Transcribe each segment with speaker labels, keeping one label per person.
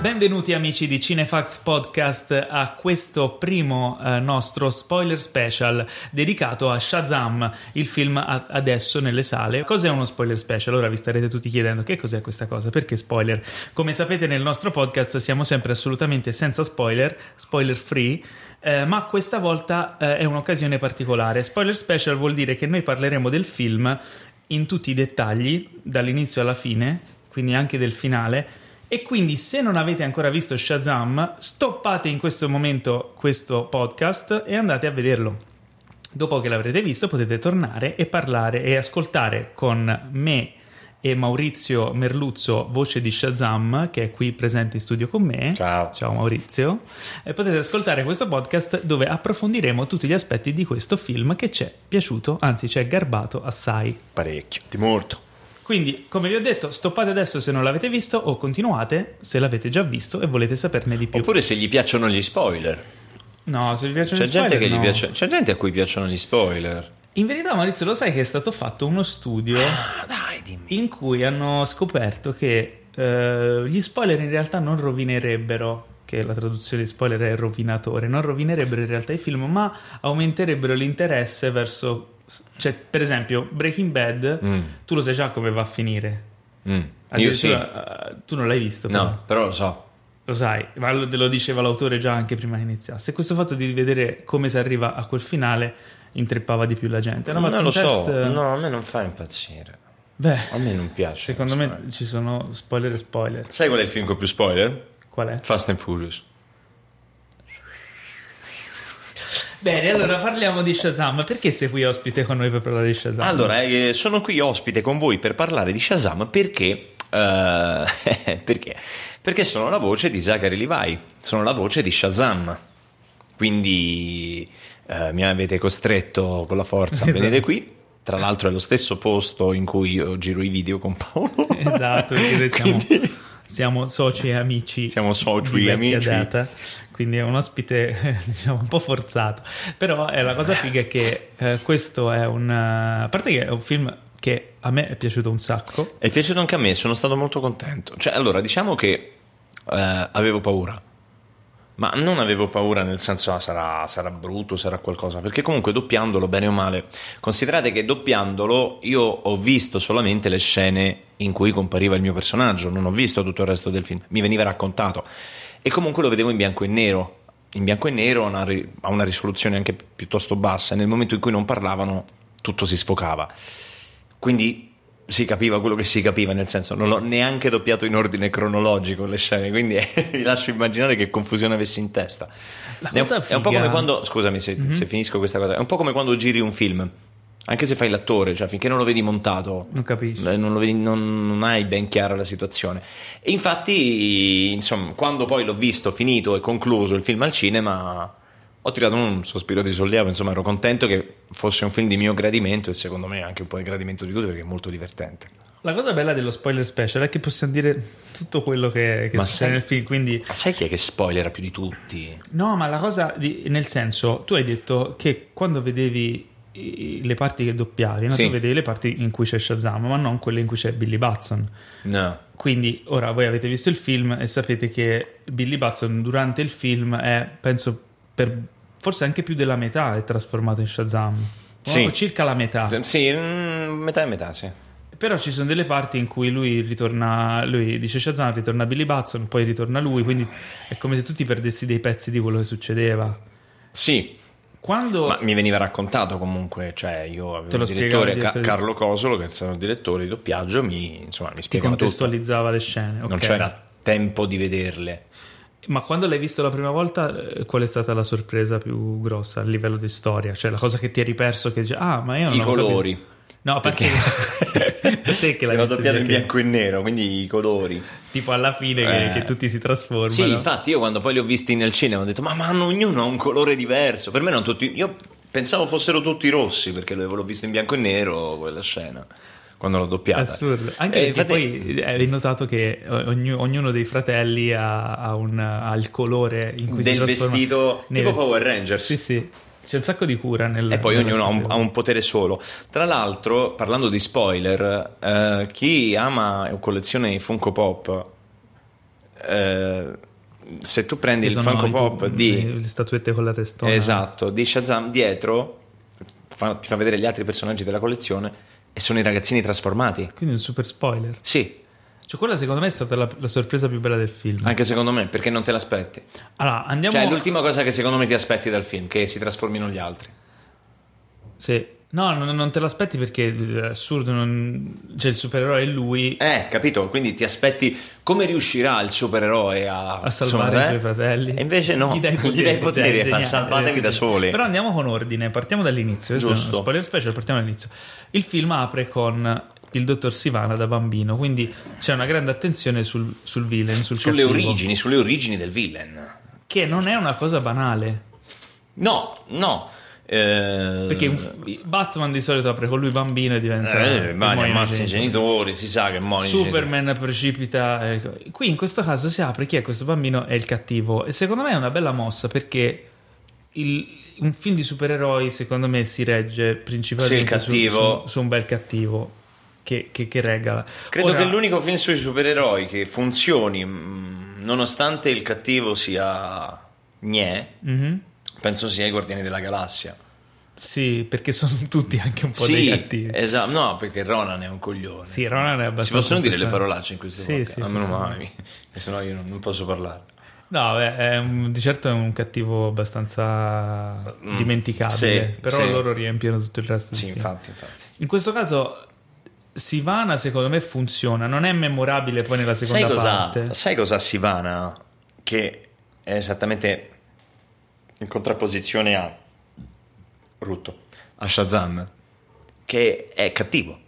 Speaker 1: Benvenuti amici di Cinefax Podcast a questo primo eh, nostro spoiler special dedicato a Shazam, il film a- adesso nelle sale. Cos'è uno spoiler special? Ora vi starete tutti chiedendo che cos'è questa cosa, perché spoiler? Come sapete nel nostro podcast siamo sempre assolutamente senza spoiler, spoiler free, eh, ma questa volta eh, è un'occasione particolare. Spoiler special vuol dire che noi parleremo del film in tutti i dettagli, dall'inizio alla fine, quindi anche del finale. E quindi se non avete ancora visto Shazam, stoppate in questo momento questo podcast e andate a vederlo. Dopo che l'avrete visto potete tornare e parlare e ascoltare con me e Maurizio Merluzzo, voce di Shazam, che è qui presente in studio con me.
Speaker 2: Ciao.
Speaker 1: Ciao Maurizio. E potete ascoltare questo podcast dove approfondiremo tutti gli aspetti di questo film che ci è piaciuto, anzi ci è garbato assai.
Speaker 2: Parecchio, di molto.
Speaker 1: Quindi, come vi ho detto, stoppate adesso se non l'avete visto o continuate se l'avete già visto e volete saperne di più.
Speaker 2: Oppure se gli piacciono gli spoiler.
Speaker 1: No, se vi piacciono
Speaker 2: C'è
Speaker 1: gli
Speaker 2: gente,
Speaker 1: spoiler,
Speaker 2: che gli
Speaker 1: no.
Speaker 2: piace- c'è gente a cui piacciono gli spoiler.
Speaker 1: In verità, Maurizio, lo sai che è stato fatto uno studio
Speaker 2: Ah, dai, dimmi.
Speaker 1: in cui hanno scoperto che eh, gli spoiler in realtà non rovinerebbero, che la traduzione di spoiler è rovinatore, non rovinerebbero in realtà i film, ma aumenterebbero l'interesse verso... Cioè, per esempio, Breaking Bad,
Speaker 2: Mm,
Speaker 1: tu lo sai già come va a finire.
Speaker 2: mm. Io sì.
Speaker 1: Addirittura, eh, tu non l'hai visto, però.
Speaker 2: No, però lo so.
Speaker 1: Lo sai, ma lo, te lo diceva l'autore già anche prima che iniziasse. Questo fatto di vedere come si arriva a quel finale intreppava di più la gente. Hanno fatto
Speaker 2: non lo
Speaker 1: un test,
Speaker 2: so.
Speaker 1: eh,
Speaker 2: No, a me non fa impazzire.
Speaker 1: Beh,
Speaker 2: A me non piace.
Speaker 1: secondo me ci sono spoiler e spoiler.
Speaker 2: Sai qual è il film con più spoiler?
Speaker 1: Qual è?
Speaker 2: Fast and Furious.
Speaker 1: Bene, allora parliamo di Shazam. Perché sei qui ospite con noi per parlare di Shazam?
Speaker 2: Allora, eh, sono qui ospite con voi per parlare di Shazam perché, eh, perché? Perché sono la voce di Zachary Levi, sono la voce di Shazam. Quindi eh, mi avete costretto con la forza
Speaker 1: Esatto.
Speaker 2: a venire qui. Tra l'altro è lo stesso posto in cui io giro i video con Paolo.
Speaker 1: Esatto, perché siamo,
Speaker 2: Quindi
Speaker 1: siamo soci e amici.
Speaker 2: siamo
Speaker 1: di
Speaker 2: soci,
Speaker 1: vecchia
Speaker 2: amici.
Speaker 1: data, quindi è un ospite eh, diciamo un po' forzato però eh, la cosa figa è che eh, questo è un eh, a parte che è un film che a me è piaciuto un sacco
Speaker 2: È piaciuto anche a me, sono stato molto contento. Cioè, allora, diciamo che eh, avevo paura. Ma non avevo paura nel senso ah, sarà, sarà brutto, sarà qualcosa, perché comunque doppiandolo bene o male, considerate che doppiandolo io ho visto solamente le scene in cui compariva il mio personaggio, non ho visto tutto il resto del film, mi veniva raccontato e comunque lo vedevo in bianco e nero, in bianco e nero ha una, ri- ha una risoluzione anche piuttosto bassa e nel momento in cui non parlavano tutto si sfocava, quindi si capiva quello che si capiva, nel senso non l'ho neanche doppiato in ordine cronologico le scene, quindi eh, vi lascio immaginare che confusione avessi in testa.
Speaker 1: La
Speaker 2: È un,
Speaker 1: cosa
Speaker 2: è un po'
Speaker 1: figa- Mhm.
Speaker 2: come quando, scusami se, se finisco questa cosa, è un po' come quando giri un film, anche se fai l'attore, cioè finché non lo vedi montato,
Speaker 1: non capisci
Speaker 2: eh, non, lo vedi- non- non hai ben chiara la situazione. E infatti, insomma, quando poi l'ho visto, finito e concluso il film al cinema, ho tirato un sospiro di sollievo. Insomma, ero contento che fosse un film di mio gradimento e secondo me anche un po' di gradimento di tutti perché è molto divertente.
Speaker 1: la cosa bella dello spoiler special è che possiamo dire tutto quello che, che
Speaker 2: Ma
Speaker 1: succede
Speaker 2: sai-
Speaker 1: nel film quindi
Speaker 2: Ma sai chi è che spoilera più di tutti?
Speaker 1: no ma la cosa di- nel senso tu hai detto che quando vedevi i- le parti che doppiavi no?
Speaker 2: Sì.
Speaker 1: tu vedevi le parti in cui c'è Shazam ma non quelle in cui c'è Billy Batson
Speaker 2: No.
Speaker 1: Quindi ora voi avete visto il film e sapete che Billy Batson durante il film è, penso, per forse anche più della metà è trasformato in Shazam.
Speaker 2: Sì.
Speaker 1: O circa la metà.
Speaker 2: Sì, mm, metà e metà, sì.
Speaker 1: Però ci sono delle parti in cui lui ritorna, lui dice Shazam, ritorna Billy Batson, poi ritorna lui, quindi è come se tu ti perdessi dei pezzi di quello che succedeva.
Speaker 2: Sì,
Speaker 1: Quando...
Speaker 2: Ma mi veniva raccontato comunque, cioè io
Speaker 1: Te
Speaker 2: avevo
Speaker 1: lo
Speaker 2: un
Speaker 1: spiegava il
Speaker 2: direttore, Ca-
Speaker 1: direttore di-
Speaker 2: Carlo Cosolo, che è stato il direttore di doppiaggio, mi, insomma, mi
Speaker 1: ti
Speaker 2: spiegava tutto.
Speaker 1: contestualizzava le scene. ok.
Speaker 2: Non c'era tempo di vederle.
Speaker 1: Ma quando l'hai visto la prima volta, eh, qual è stata la sorpresa più grossa a livello di storia? Cioè la cosa che ti eri perso che dici, ah, ma io non
Speaker 2: I
Speaker 1: avevo
Speaker 2: colori.
Speaker 1: capito." No, perché, perché l'hai
Speaker 2: Erano
Speaker 1: visto
Speaker 2: doppiato in
Speaker 1: bianco e-
Speaker 2: bianco e nero, quindi i colori.
Speaker 1: tipo alla fine che,
Speaker 2: Eh.
Speaker 1: che tutti si trasformano.
Speaker 2: Sì, infatti io quando poi li ho visti nel cinema ho detto ma, ma hanno- ognuno ha un colore diverso. Per me non tutti... Io pensavo fossero tutti rossi perché l'avevo l'ho visto in bianco e nero quella scena, quando l'ho doppiata.
Speaker 1: Assurdo. Anche
Speaker 2: Eh,
Speaker 1: perché
Speaker 2: infatti-
Speaker 1: poi hai notato che ogni- ognuno dei fratelli ha, ha un- ha il colore in cui si
Speaker 2: Del
Speaker 1: trasforma.
Speaker 2: vestito
Speaker 1: nel-
Speaker 2: tipo Power Rangers.
Speaker 1: Sì, sì. C'è un sacco di cura nel...
Speaker 2: E poi
Speaker 1: nella
Speaker 2: ognuno ha un,
Speaker 1: scritta.
Speaker 2: ha un potere solo. Tra l'altro, parlando di spoiler, eh, chi ama o colleziona i Funko Pop eh, se tu prendi
Speaker 1: Ci
Speaker 2: il
Speaker 1: sono
Speaker 2: Funko
Speaker 1: i eh, tu-
Speaker 2: Pop di
Speaker 1: le statuette con la testona.
Speaker 2: Esatto, di Shazam dietro fa- ti fa vedere gli altri personaggi della collezione e sono i ragazzini trasformati.
Speaker 1: Quindi un super spoiler.
Speaker 2: Sì,
Speaker 1: Cioè, quella secondo me è stata la, la sorpresa più bella del film.
Speaker 2: anche secondo me, perché non te l'aspetti.
Speaker 1: Allora, andiamo...
Speaker 2: Cioè, è l'ultima cosa che secondo me ti aspetti dal film, che si trasformino gli altri.
Speaker 1: Sì. No, non, non te l'aspetti perché è assurdo. Non... Cioè, il supereroe è lui
Speaker 2: Eh, capito? Quindi ti aspetti come riuscirà il supereroe a,
Speaker 1: a salvare i
Speaker 2: insomma,
Speaker 1: suoi
Speaker 2: eh?
Speaker 1: fratelli.
Speaker 2: E invece no,
Speaker 1: Gli dai i poteri,
Speaker 2: i poteri,
Speaker 1: cioè,
Speaker 2: fa,
Speaker 1: geniale.
Speaker 2: salvatevi da soli.
Speaker 1: Però andiamo con ordine, partiamo dall'inizio. Questo è
Speaker 2: Giusto.
Speaker 1: uno spoiler special, partiamo dall'inizio. Il film apre con il dottor Sivana da bambino, quindi c'è una grande attenzione sul, sul villain, sul
Speaker 2: sulle
Speaker 1: cattivo,
Speaker 2: origini, sulle origini del villain.
Speaker 1: Che non è una cosa banale.
Speaker 2: No, no. eh,
Speaker 1: Perché un f- Batman di solito apre con lui bambino e diventa...
Speaker 2: eh,
Speaker 1: e
Speaker 2: vai,
Speaker 1: muoiono i
Speaker 2: ammazza i
Speaker 1: genitori.
Speaker 2: genitori, cioè. si sa che muoiono i genitori.
Speaker 1: Superman precipita. ecco. Qui in questo caso si apre chi è questo bambino è il cattivo. E secondo me è una bella mossa perché il- un film di supereroi, secondo me, si regge
Speaker 2: Sì,
Speaker 1: principalmente
Speaker 2: il
Speaker 1: su,
Speaker 2: cattivo.
Speaker 1: su- su un bel cattivo che, che, che regala.
Speaker 2: Credo
Speaker 1: Ora,
Speaker 2: che l'unico film sui supereroi che funzioni, mh, nonostante il cattivo sia Gne,
Speaker 1: Mhm.
Speaker 2: penso sia i Guardiani della Galassia.
Speaker 1: Sì, perché sono tutti anche un po' dei
Speaker 2: Sì,
Speaker 1: cattivi.
Speaker 2: esatto, no, perché Ronan è un coglione.
Speaker 1: Sì, Ronan è
Speaker 2: si
Speaker 1: abbastanza
Speaker 2: possono dire le
Speaker 1: interessante.
Speaker 2: parolacce in questo
Speaker 1: Sì,
Speaker 2: podcast?
Speaker 1: sì,
Speaker 2: a meno
Speaker 1: possiamo.
Speaker 2: male, se no io non, non posso parlare.
Speaker 1: No, beh, è un- di certo è un cattivo abbastanza
Speaker 2: Mm,
Speaker 1: dimenticabile.
Speaker 2: sì,
Speaker 1: però
Speaker 2: sì.
Speaker 1: loro riempiono tutto il resto. del
Speaker 2: Sì,
Speaker 1: film.
Speaker 2: infatti, infatti.
Speaker 1: In questo caso Sivana secondo me funziona, non è memorabile poi nella
Speaker 2: Sai
Speaker 1: seconda
Speaker 2: cosa,
Speaker 1: parte. Cioè,
Speaker 2: sai cosa Sivana, che è esattamente in contrapposizione a Rutto, a Shazam, che è cattivo.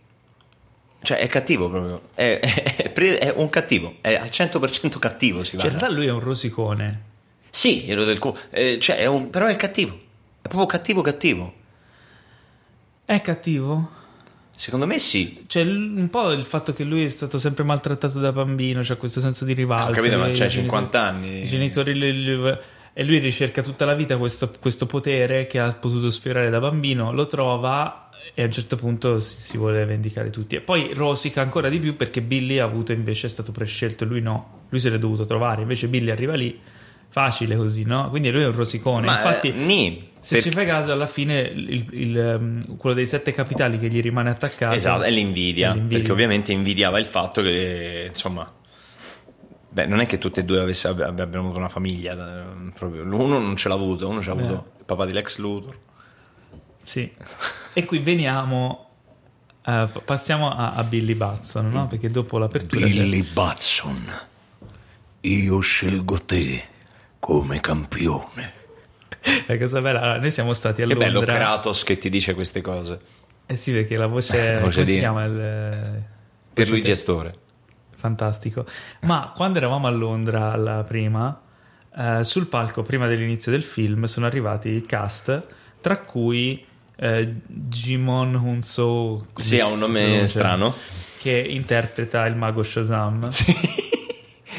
Speaker 2: Cioè è cattivo proprio, è, è- è pre- è un cattivo, è al 100% cattivo
Speaker 1: Cioè, in
Speaker 2: Sivana.
Speaker 1: realtà lui è un rosicone.
Speaker 2: Sì, glielo del culo, eh, cioè, è un- però è cattivo, è proprio cattivo cattivo.
Speaker 1: È cattivo?
Speaker 2: Secondo me sì.
Speaker 1: Cioè, l- un po' il fatto che lui è stato sempre maltrattato da bambino, c'ha questo senso di rivalsa.
Speaker 2: Ho Ah, capito, ma
Speaker 1: i
Speaker 2: c'è
Speaker 1: genitori-
Speaker 2: 50 anni.
Speaker 1: I genitori le- le- e lui ricerca tutta la vita questo, questo potere che ha potuto sfiorare da bambino, lo trova e a un certo punto si, si vuole vendicare tutti. E poi rosica ancora di più perché Billy ha avuto invece, è stato prescelto, e lui no, lui se l'è dovuto trovare, invece Billy arriva lì, facile così, no? Quindi lui è un rosicone.
Speaker 2: Ma,
Speaker 1: Infatti,
Speaker 2: eh, nì,
Speaker 1: se ci
Speaker 2: perché-
Speaker 1: fai caso, alla fine il- il, ehm, quello dei sette capitali che gli rimane attaccato
Speaker 2: Esatto, è l'invidia,
Speaker 1: È l'invidia.
Speaker 2: perché ovviamente invidiava il fatto che, insomma, beh, non è che tutti e due avesse- abbi- abbiano avuto una famiglia, eh, proprio. uno non ce l'ha avuto, uno ce l'ha
Speaker 1: Eh.
Speaker 2: avuto il papà di Lex Luthor.
Speaker 1: Sì. E qui veniamo. eh, passiamo a, a Billy Batson, no? Perché dopo l'apertura. c'è-
Speaker 2: Batson, io scelgo te come campione.
Speaker 1: La cosa bella, allora, noi siamo stati a
Speaker 2: Che bello
Speaker 1: Londra.
Speaker 2: Kratos che ti dice queste cose,
Speaker 1: eh sì, perché la voce.
Speaker 2: La voce
Speaker 1: come si
Speaker 2: di-
Speaker 1: chiama? Il,
Speaker 2: per lui gestore.
Speaker 1: Fantastico. Ma quando eravamo a Londra la prima, eh, sul palco prima dell'inizio del film sono arrivati i cast, tra cui eh, Jimon Hunso.
Speaker 2: Sì, ha un nome strano.
Speaker 1: Che interpreta il mago Shazam.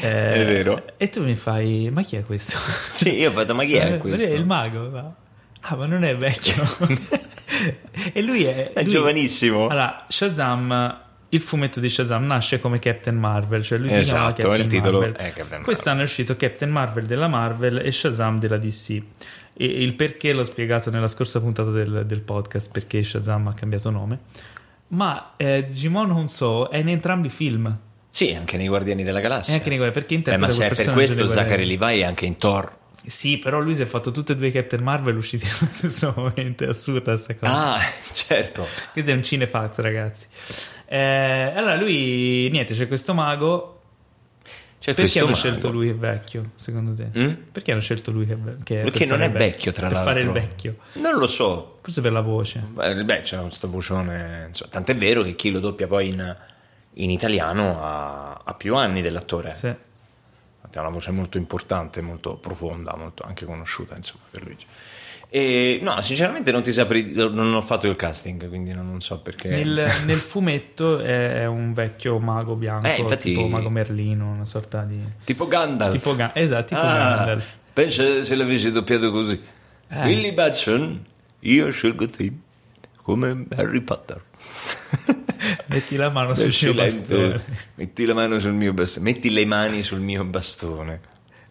Speaker 1: Eh,
Speaker 2: È vero.
Speaker 1: E tu mi fai, ma chi è questo?
Speaker 2: Sì, io ho fatto, ma chi è
Speaker 1: Eh,
Speaker 2: questo?
Speaker 1: È il mago. ma- Ah, ma non è vecchio. e lui è...
Speaker 2: È
Speaker 1: lui-
Speaker 2: giovanissimo.
Speaker 1: Allora, Shazam, il fumetto di Shazam nasce come Captain Marvel, cioè lui si
Speaker 2: Esatto,
Speaker 1: chiamava Captain
Speaker 2: il titolo
Speaker 1: Marvel.
Speaker 2: è Captain Marvel.
Speaker 1: Quest'anno è uscito Captain Marvel della Marvel e Shazam della DC. E il perché l'ho spiegato nella scorsa puntata del, del podcast, perché Shazam ha cambiato nome. Ma eh, Jimon Hunso è in entrambi i film.
Speaker 2: Sì, anche nei Guardiani della
Speaker 1: E
Speaker 2: Galassia.
Speaker 1: anche nei guai, perché
Speaker 2: Eh,
Speaker 1: interpreta
Speaker 2: ma se
Speaker 1: quel
Speaker 2: è per
Speaker 1: personaggio dei
Speaker 2: questo
Speaker 1: Guerrieri.
Speaker 2: Zachary Levi è anche in Thor.
Speaker 1: Sì, però lui si è fatto tutte e due i Captain Marvel usciti allo stesso momento. È assurda sta cosa.
Speaker 2: Ah, certo.
Speaker 1: Questo è un cinefact, ragazzi. Eh, allora, lui, niente, c'è questo mago. Perché
Speaker 2: Cioè, questo
Speaker 1: hanno
Speaker 2: mago-
Speaker 1: scelto lui che è vecchio, secondo te?
Speaker 2: Mm?
Speaker 1: Perché hanno scelto lui che è vecchio?
Speaker 2: Perché non è vecchio, tra l'altro.
Speaker 1: Per fare il vecchio.
Speaker 2: Non lo so.
Speaker 1: Forse per la voce.
Speaker 2: Beh, beh, c'è questo vocione. insomma, Tant'è vero che chi lo doppia poi in, in italiano ha, ha più anni dell'attore.
Speaker 1: Sì.
Speaker 2: Ha una voce molto importante, molto profonda, molto anche conosciuta, insomma, per Luigi. E, no, sinceramente non ti saprei. Non ho fatto il casting, quindi non, non so perché.
Speaker 1: Nel, nel fumetto è, è un vecchio mago bianco,
Speaker 2: Eh, infatti-
Speaker 1: tipo mago Merlino, una sorta di...
Speaker 2: Tipo Gandalf.
Speaker 1: Tipo Ga- esatto, tipo
Speaker 2: Ah,
Speaker 1: Gandalf.
Speaker 2: Pensa se l'avessi doppiato così.
Speaker 1: Eh.
Speaker 2: Billy Batson, io scelgo te come Harry Potter.
Speaker 1: Metti la mano sul mio
Speaker 2: Silenzio.
Speaker 1: bastone.
Speaker 2: Metti la mano sul mio bastone. Metti le mani sul mio bastone.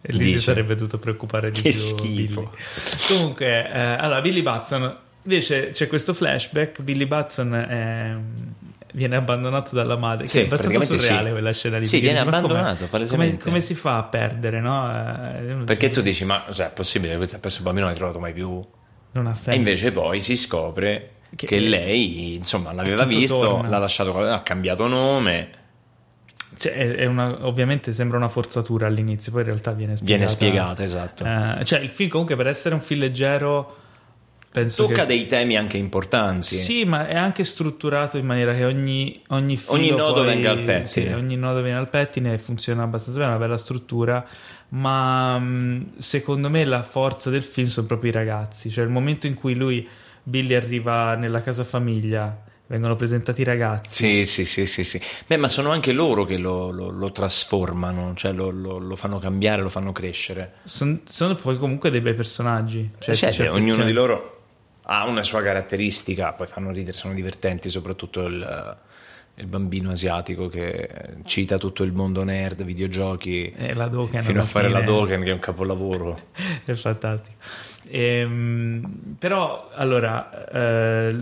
Speaker 1: E lì si
Speaker 2: Dice.
Speaker 1: sarebbe dovuto preoccupare di
Speaker 2: Che
Speaker 1: più.
Speaker 2: schifo.
Speaker 1: Billy. Comunque, eh, allora, Billy Batson. Invece c'è questo flashback. Billy Batson ehm, viene abbandonato dalla madre.
Speaker 2: Sì,
Speaker 1: che è abbastanza
Speaker 2: praticamente
Speaker 1: surreale
Speaker 2: sì.
Speaker 1: quella scena di
Speaker 2: Sì,
Speaker 1: Billy. Ma
Speaker 2: viene
Speaker 1: come-
Speaker 2: abbandonato,
Speaker 1: Come,
Speaker 2: palesemente.
Speaker 1: come si fa a perdere, no? Eh, uno
Speaker 2: Perché tu
Speaker 1: dice,
Speaker 2: dici, ma cioè, è possibile che questa persona bambino non l'hai trovato mai più?
Speaker 1: Non ha
Speaker 2: E
Speaker 1: senso.
Speaker 2: invece poi si scopre
Speaker 1: Che-
Speaker 2: che, l'ei, insomma, l'aveva
Speaker 1: tutto
Speaker 2: visto,
Speaker 1: torna.
Speaker 2: l'ha lasciato, ha cambiato nome.
Speaker 1: Cioè, è- è una- ovviamente sembra una forzatura all'inizio, poi in realtà viene spiegata.
Speaker 2: Viene spiegata, esatto.
Speaker 1: Eh, cioè, il film comunque per essere un film leggero... Penso
Speaker 2: Tocca
Speaker 1: che...
Speaker 2: dei temi anche importanti.
Speaker 1: Sì, ma è anche strutturato in maniera che ogni, ogni, filo
Speaker 2: Ogni nodo
Speaker 1: poi-
Speaker 2: venga al pettine.
Speaker 1: sì, ogni nodo viene al pettine e funziona abbastanza bene, è una bella struttura. Ma mh, secondo me la forza del film sono proprio i ragazzi. Cioè, il momento in cui lui, Billy, arriva nella casa famiglia, vengono presentati i ragazzi.
Speaker 2: Sì, sì, sì, sì, sì. Beh, ma sono anche loro che lo, lo- lo trasformano, cioè lo, lo- lo fanno cambiare, lo fanno crescere.
Speaker 1: Son- sono poi comunque dei bei personaggi. Cioè,
Speaker 2: Cioè,
Speaker 1: c'è
Speaker 2: ognuno
Speaker 1: affezione.
Speaker 2: di loro ha una sua caratteristica, poi fanno ridere, sono divertenti, soprattutto il, il bambino asiatico che cita tutto il mondo nerd, videogiochi,
Speaker 1: Eh, la Dokken
Speaker 2: fino
Speaker 1: alla
Speaker 2: a fare la
Speaker 1: fine.
Speaker 2: Dokken che è un capolavoro.
Speaker 1: è fantastico. Ehm, però, allora, eh,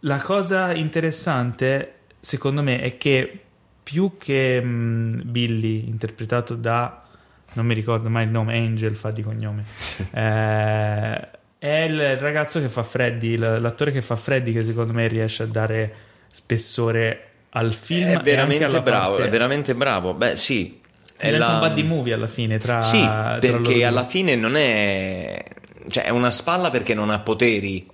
Speaker 1: la cosa interessante, secondo me, è che più che mh, Billy, interpretato da, non mi ricordo mai il nome, Angel fa di cognome, eh, è il ragazzo che fa Freddy, l- l'attore che fa Freddy, che secondo me riesce a dare spessore al film.
Speaker 2: è
Speaker 1: e anche
Speaker 2: veramente
Speaker 1: alla
Speaker 2: bravo,
Speaker 1: parte-
Speaker 2: è veramente bravo. Beh, sì, è
Speaker 1: diventa
Speaker 2: la-
Speaker 1: un buddy movie alla fine tra
Speaker 2: Sì,
Speaker 1: tra loro
Speaker 2: perché
Speaker 1: due.
Speaker 2: alla fine non è. cioè, è una spalla perché non ha poteri.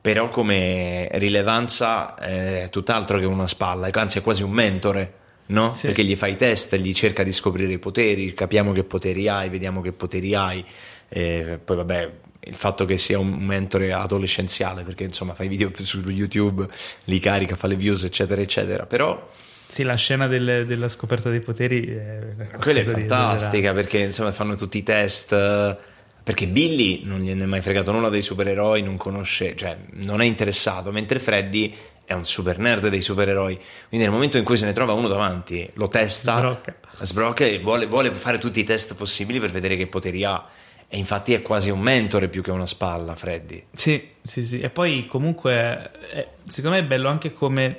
Speaker 2: Però come rilevanza è tutt'altro che una spalla, ecco, anzi è quasi un mentore, no?
Speaker 1: Sì.
Speaker 2: Perché gli fa i test, gli cerca di scoprire i poteri, capiamo che poteri hai, vediamo che poteri hai. E poi vabbè, il fatto che sia un mentore adolescenziale, perché insomma fa i video su YouTube, li carica, fa le views, eccetera, eccetera. Però
Speaker 1: Sì, la scena del- della scoperta dei poteri è
Speaker 2: Quella è
Speaker 1: qualcosa di
Speaker 2: fantastica perché insomma fanno tutti i test. eh, Perché Billy non gliene è mai fregato nulla dei supereroi, non conosce, cioè non è interessato, mentre Freddy è un super nerd dei supereroi. Quindi nel momento in cui se ne trova uno davanti, lo testa,
Speaker 1: Sbrocca.
Speaker 2: sbrocca e vuole, vuole fare tutti i test possibili per vedere che poteri ha. E infatti è quasi un mentore più che una spalla, Freddy.
Speaker 1: Sì, sì, sì. E poi comunque, eh, secondo me è bello anche come,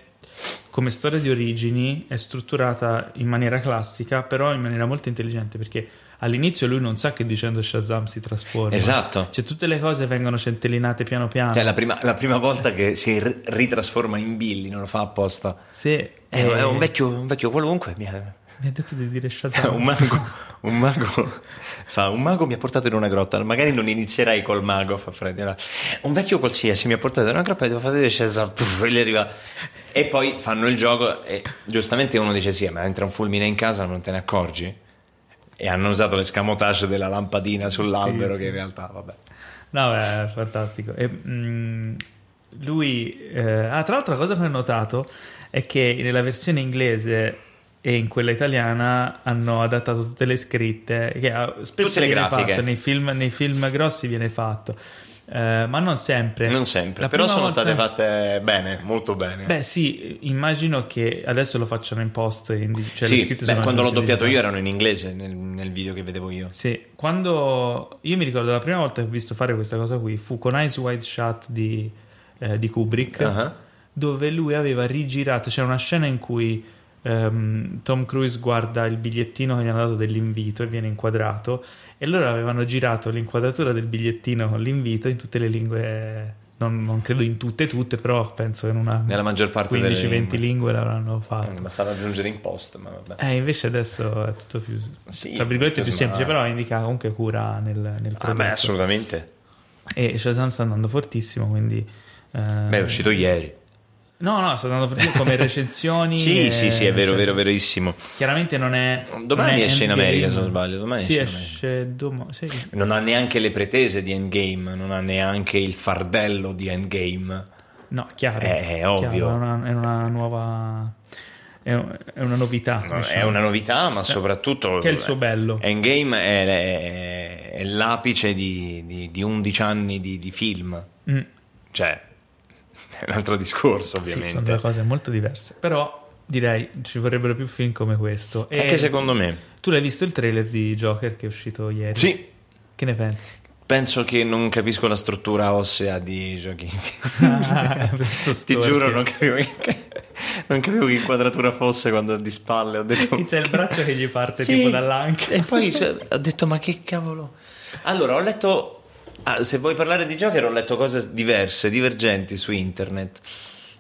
Speaker 1: come storia di origini è strutturata in maniera classica, però in maniera molto intelligente, perché all'inizio lui non sa che dicendo Shazam si trasforma.
Speaker 2: Esatto.
Speaker 1: Cioè tutte le cose vengono centellinate piano piano.
Speaker 2: Cioè la prima, la prima volta che si ri- ritrasforma in Billy, non lo fa apposta.
Speaker 1: Sì,
Speaker 2: È,
Speaker 1: eh,
Speaker 2: è un, vecchio, un vecchio qualunque, mi ha-
Speaker 1: Mi ha detto di dire
Speaker 2: Eh,
Speaker 1: Shazam.
Speaker 2: un mago, un mago fa un mago mi ha portato in una grotta magari non inizierai col mago fa Freddy no. un vecchio qualsiasi mi ha portato in una grotta e devo fare vedere Shazam, puff, e gli arriva e poi fanno il gioco e giustamente uno dice sì ma entra un fulmine in casa non te ne accorgi e hanno usato l'escamotage della lampadina sull'albero
Speaker 1: Sì,
Speaker 2: che
Speaker 1: sì.
Speaker 2: in realtà vabbè
Speaker 1: No, beh, è fantastico. E, mm, lui, eh, ah, tra l'altro, la cosa che ho notato è che nella versione inglese e in quella italiana hanno adattato tutte le scritte, che ah, spesso
Speaker 2: Tutte le
Speaker 1: viene
Speaker 2: grafiche.
Speaker 1: fatto nei film, nei film grossi, viene fatto, Eh, ma non sempre.
Speaker 2: non sempre
Speaker 1: La
Speaker 2: però
Speaker 1: prima
Speaker 2: sono
Speaker 1: volta-
Speaker 2: state fatte bene molto bene
Speaker 1: Beh, sì, immagino che adesso lo facciano in post. in dig- cioè, le
Speaker 2: sì,
Speaker 1: scritte
Speaker 2: beh,
Speaker 1: sono
Speaker 2: quando l'ho
Speaker 1: aggiunte
Speaker 2: doppiato
Speaker 1: digitali.
Speaker 2: io erano in inglese nel- nel video che vedevo io
Speaker 1: eh. Sì, quando io mi ricordo la prima volta che ho visto fare questa cosa qui fu con Eyes Wide Shut di, eh, di Kubrick,
Speaker 2: Ah.
Speaker 1: dove lui aveva rigirato, c'era una scena in cui ehm, Tom Cruise guarda il bigliettino che gli hanno dato dell'invito e viene inquadrato, e loro avevano girato l'inquadratura del bigliettino con l'invito in tutte le lingue, non, non credo in tutte tutte, però penso che in una
Speaker 2: Nella maggior parte delle
Speaker 1: 15-20 lingue.
Speaker 2: lingue.
Speaker 1: l'avranno fatto.
Speaker 2: Eh, bastava aggiungere in post ma vabbè
Speaker 1: Eh, invece adesso è tutto più,
Speaker 2: Sì,
Speaker 1: tra virgolette,
Speaker 2: perché
Speaker 1: più
Speaker 2: smart.
Speaker 1: semplice, però indica comunque cura nel, nel
Speaker 2: Ah,
Speaker 1: prodotto.
Speaker 2: beh, assolutamente.
Speaker 1: e Shazam sta andando fortissimo, quindi... eh,
Speaker 2: Beh, è uscito ieri.
Speaker 1: No, no, sta andando fortissimo come recensioni.
Speaker 2: Sì,
Speaker 1: e-
Speaker 2: sì, sì, è vero,
Speaker 1: cioè,
Speaker 2: vero, verissimo.
Speaker 1: Chiaramente non è...
Speaker 2: Domani
Speaker 1: non è
Speaker 2: esce in
Speaker 1: Endgame.
Speaker 2: America, se non sbaglio, domani
Speaker 1: sì,
Speaker 2: esce in America.
Speaker 1: esce domani. Sì.
Speaker 2: Non ha neanche le pretese di Endgame, non ha neanche il fardello di Endgame.
Speaker 1: No, chiaro.
Speaker 2: Eh, è
Speaker 1: chiaro,
Speaker 2: ovvio.
Speaker 1: È una, è una nuova... È, è una novità.
Speaker 2: No, È
Speaker 1: diciamo.
Speaker 2: una novità, eh. ma soprattutto...
Speaker 1: Che è il suo bello.
Speaker 2: Endgame è, è- è l'apice di, di, di 11 anni di, di film.
Speaker 1: Mm.
Speaker 2: Cioè, È un altro discorso, ovviamente.
Speaker 1: Sì, sono due cose molto diverse. Però direi ci vorrebbero più film come questo. E
Speaker 2: Anche secondo me.
Speaker 1: Tu l'hai visto il trailer di Joker che è uscito ieri?
Speaker 2: Sì,
Speaker 1: Che ne pensi?
Speaker 2: penso che non capisco la struttura ossea di Joachim.
Speaker 1: Ah,
Speaker 2: Ti giuro, non capivo, che, non capivo che inquadratura fosse quando di spalle ho detto...
Speaker 1: C'è il braccio che gli parte
Speaker 2: Boh. Sì.
Speaker 1: tipo dall'anca.
Speaker 2: E poi cioè, ho detto, ma che cavolo... Allora, ho letto... ah, se vuoi parlare di Joker, ho letto cose diverse, divergenti su internet.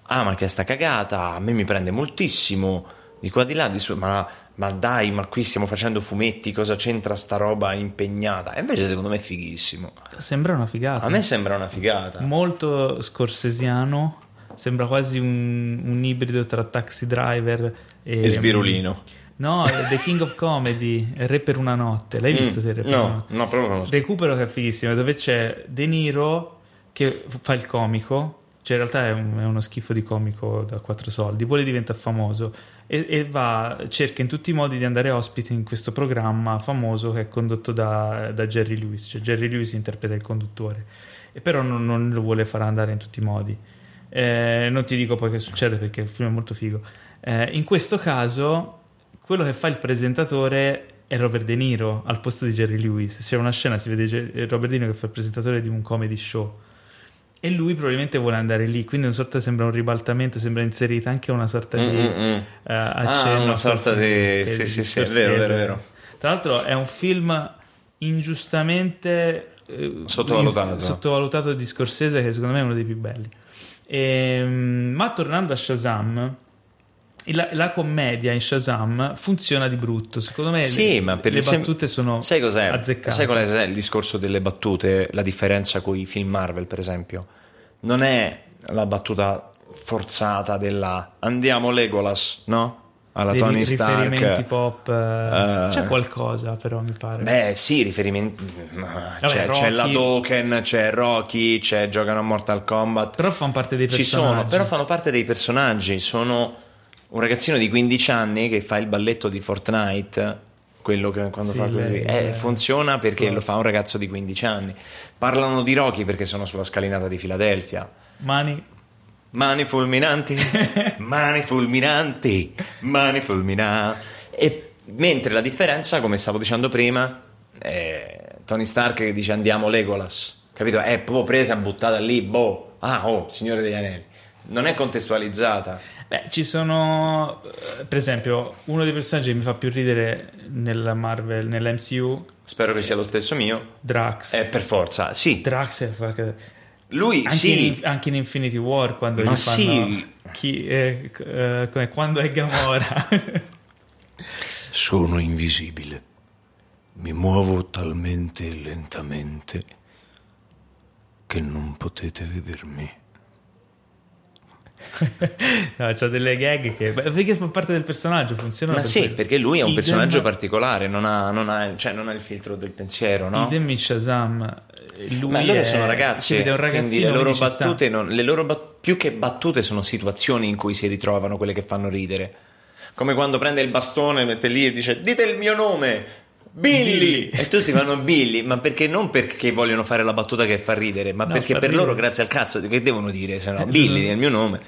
Speaker 2: Ah, ma che sta cagata, a me mi prende moltissimo, di qua di là, di su... Ma, ma dai, ma qui stiamo facendo fumetti, cosa c'entra sta roba impegnata? E invece secondo me è fighissimo.
Speaker 1: Sembra una figata.
Speaker 2: A me sembra una figata.
Speaker 1: Molto scorsesiano. Sembra quasi un, un ibrido tra taxi driver e,
Speaker 2: E sbirulino.
Speaker 1: No, The King of Comedy, Re per una notte. L'hai visto
Speaker 2: Mm,
Speaker 1: te, Re per una
Speaker 2: No,
Speaker 1: notte?
Speaker 2: no, proprio non lo so.
Speaker 1: Recupero che è fighissimo, dove c'è De Niro che f- fa il comico, cioè in realtà è, un- è uno schifo di comico da quattro soldi, vuole diventare famoso e, e va, cerca in tutti i modi di andare ospite in questo programma famoso che è condotto da, da Jerry Lewis, cioè Jerry Lewis interpreta il conduttore, e però non, non lo vuole far andare in tutti i modi. Eh, non ti dico poi che succede perché il film è molto figo. Eh, in questo caso, quello che fa il presentatore è Robert De Niro al posto di Jerry Lewis. C'è una scena, si vede Ge- Robert De Niro che fa il presentatore di un comedy show. E lui probabilmente vuole andare lì, quindi una sorta sembra un ribaltamento, sembra inserita anche una sorta di
Speaker 2: Mm, mm, mm.
Speaker 1: eh, accenno.
Speaker 2: una sorta di-
Speaker 1: che-
Speaker 2: sì,
Speaker 1: di
Speaker 2: sì, sì, è
Speaker 1: Scorsese.
Speaker 2: vero, vero, vero.
Speaker 1: Tra l'altro è un film ingiustamente eh,
Speaker 2: Sottovalutato.
Speaker 1: in- sottovalutato di Scorsese che secondo me è uno dei più belli. Ehm, ma tornando a Shazam, la, la commedia in Shazam funziona di brutto. Secondo me
Speaker 2: Sì,
Speaker 1: Eh, le,
Speaker 2: ma per
Speaker 1: le
Speaker 2: il sem-
Speaker 1: battute sono
Speaker 2: sai cos'è?
Speaker 1: azzeccate.
Speaker 2: Sai qual è il discorso delle battute? La differenza con i film Marvel, per esempio, non è la battuta forzata della andiamo Legolas, no? Alla
Speaker 1: Dei
Speaker 2: Tony
Speaker 1: ri- riferimenti
Speaker 2: Stark.
Speaker 1: pop. eh,
Speaker 2: Eh.
Speaker 1: C'è qualcosa, però, mi pare.
Speaker 2: Beh, sì, riferimenti. ma
Speaker 1: Vabbè,
Speaker 2: c'è,
Speaker 1: Rocky.
Speaker 2: c'è la Doken, c'è Rocky, c'è giocano a Mortal Kombat.
Speaker 1: però fanno parte dei
Speaker 2: Ci
Speaker 1: personaggi.
Speaker 2: sono, però fanno parte dei personaggi. Sono un ragazzino di 15 anni che fa il balletto di Fortnite. Quello che quando
Speaker 1: Sì,
Speaker 2: fa così
Speaker 1: lei,
Speaker 2: Eh,
Speaker 1: eh,
Speaker 2: funziona perché lo
Speaker 1: forse.
Speaker 2: fa un ragazzo di 15 anni. Parlano di Rocky perché sono sulla scalinata di Filadelfia.
Speaker 1: Mani.
Speaker 2: Mani fulminanti, mani fulminanti, mani fulminanti. E mentre la differenza, come stavo dicendo prima, è Tony Stark che dice andiamo Legolas, capito? È proprio presa, buttata lì, boh, ah, oh, Signore degli Anelli. Non è contestualizzata.
Speaker 1: Beh, ci sono. eh, Per esempio, uno dei personaggi che mi fa più ridere nella Marvel, nell'MCU,
Speaker 2: Spero che sia lo stesso mio.
Speaker 1: Drax.
Speaker 2: Eh, per forza, sì.
Speaker 1: Drax è fa-
Speaker 2: Lui,
Speaker 1: anche,
Speaker 2: sì.
Speaker 1: in, anche in Infinity War quando
Speaker 2: Ma
Speaker 1: gli fanno
Speaker 2: sì.
Speaker 1: chi, eh, c- eh, come- quando è Gamora
Speaker 3: Sono invisibile. Mi muovo talmente lentamente che non potete vedermi.
Speaker 1: no, c'ha delle gag che beh, perché fa parte del personaggio funziona
Speaker 2: Ma sì, perché lui è un personaggio
Speaker 1: particolare
Speaker 2: particolare, non ha, non ha- cioè, non ha il filtro del pensiero, no?
Speaker 1: Idem in Shazam eh, lui
Speaker 2: Ma loro
Speaker 1: è-
Speaker 2: sono ragazzi,
Speaker 1: si vede un
Speaker 2: quindi
Speaker 1: ragazzino
Speaker 2: le loro
Speaker 1: che ci sta.
Speaker 2: battute, non- le loro bat- più che battute sono situazioni in cui si ritrovano quelle che fanno ridere. Come quando prende il bastone, mette lì e dice dite il mio nome, Billy!
Speaker 1: Billy.
Speaker 2: e tutti fanno Billy, ma perché non perché vogliono fare la battuta che fa ridere, ma
Speaker 1: No,
Speaker 2: perché
Speaker 1: fa
Speaker 2: per
Speaker 1: ridere.
Speaker 2: loro grazie al cazzo che devono dire, se no
Speaker 1: Eh,
Speaker 2: Billy
Speaker 1: giusto.
Speaker 2: è il mio nome.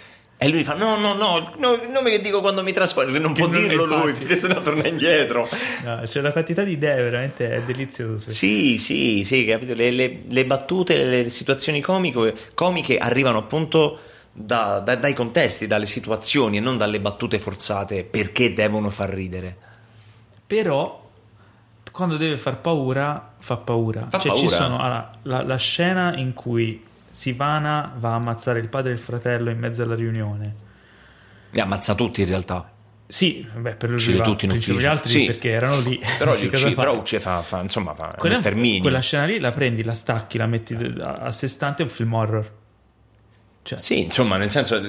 Speaker 2: E lui fa no, no, no, no, il nome che dico quando mi trasformo, non
Speaker 1: Che
Speaker 2: può
Speaker 1: non è
Speaker 2: dirlo lui,
Speaker 1: infatti.
Speaker 2: perché sennò torna indietro.
Speaker 1: No, c'è una quantità di idee veramente è delizioso
Speaker 2: Sì, sì, sì, capito? Le, le- le battute, le, le situazioni comico- comiche arrivano appunto da- da- dai contesti, dalle situazioni e non dalle battute forzate perché devono far ridere.
Speaker 1: però quando deve far paura fa paura
Speaker 2: Fa
Speaker 1: cioè ci
Speaker 2: paura.
Speaker 1: sono allora, la, la scena in cui Sivana va a ammazzare il padre e il fratello in mezzo alla riunione
Speaker 2: Li ammazza tutti in realtà.
Speaker 1: sì beh per lui
Speaker 2: Uccide
Speaker 1: va,
Speaker 2: tutti in
Speaker 1: principio,
Speaker 2: ufficio.
Speaker 1: gli altri
Speaker 2: Sì.
Speaker 1: perché erano lì
Speaker 2: Però,
Speaker 1: Sì,
Speaker 2: li
Speaker 1: cosa
Speaker 2: uccide,
Speaker 1: fa?
Speaker 2: però uccide, fa, fa- insomma, fa un
Speaker 1: quella,
Speaker 2: esterminio.
Speaker 1: quella scena lì la prendi la stacchi la metti de-
Speaker 2: Eh.
Speaker 1: a a sé stante è un film horror cioè
Speaker 2: Sì, insomma, nel senso...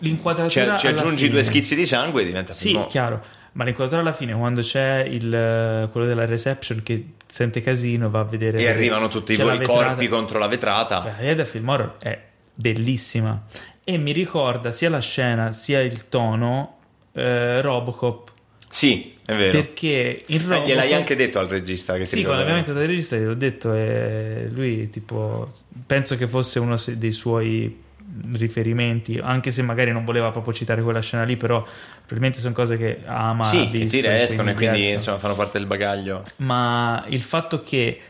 Speaker 1: L'inquadratura
Speaker 2: Ci, ci
Speaker 1: alla
Speaker 2: aggiungi
Speaker 1: fine.
Speaker 2: due schizzi di sangue e diventa
Speaker 1: Sì,
Speaker 2: film.
Speaker 1: chiaro. Ma l'inquadratore alla fine, quando c'è il, eh, quello della reception che sente casino, va a vedere.
Speaker 2: E arrivano tutti
Speaker 1: c'è la
Speaker 2: voi, i
Speaker 1: vetrata. Cioè,
Speaker 2: corpi contro la vetrata.
Speaker 1: Beh, la del film horror è bellissima. E mi ricorda sia la scena sia il tono eh, Robocop.
Speaker 2: Sì, è vero.
Speaker 1: Perché il
Speaker 2: Eh,
Speaker 1: Robocop.
Speaker 2: gliel'hai anche detto al regista che
Speaker 1: Sì,
Speaker 2: si
Speaker 1: quando abbiamo
Speaker 2: ricordava.
Speaker 1: incontrato il regista, gliel'ho detto. E lui, tipo, penso che fosse uno se- dei suoi riferimenti, anche se magari non voleva proprio citare quella scena lì, però probabilmente sono cose che ama. ha
Speaker 2: sì, che
Speaker 1: visto,
Speaker 2: ti restano e quindi
Speaker 1: riescono.
Speaker 2: insomma, fanno parte del bagaglio.
Speaker 1: Ma il fatto che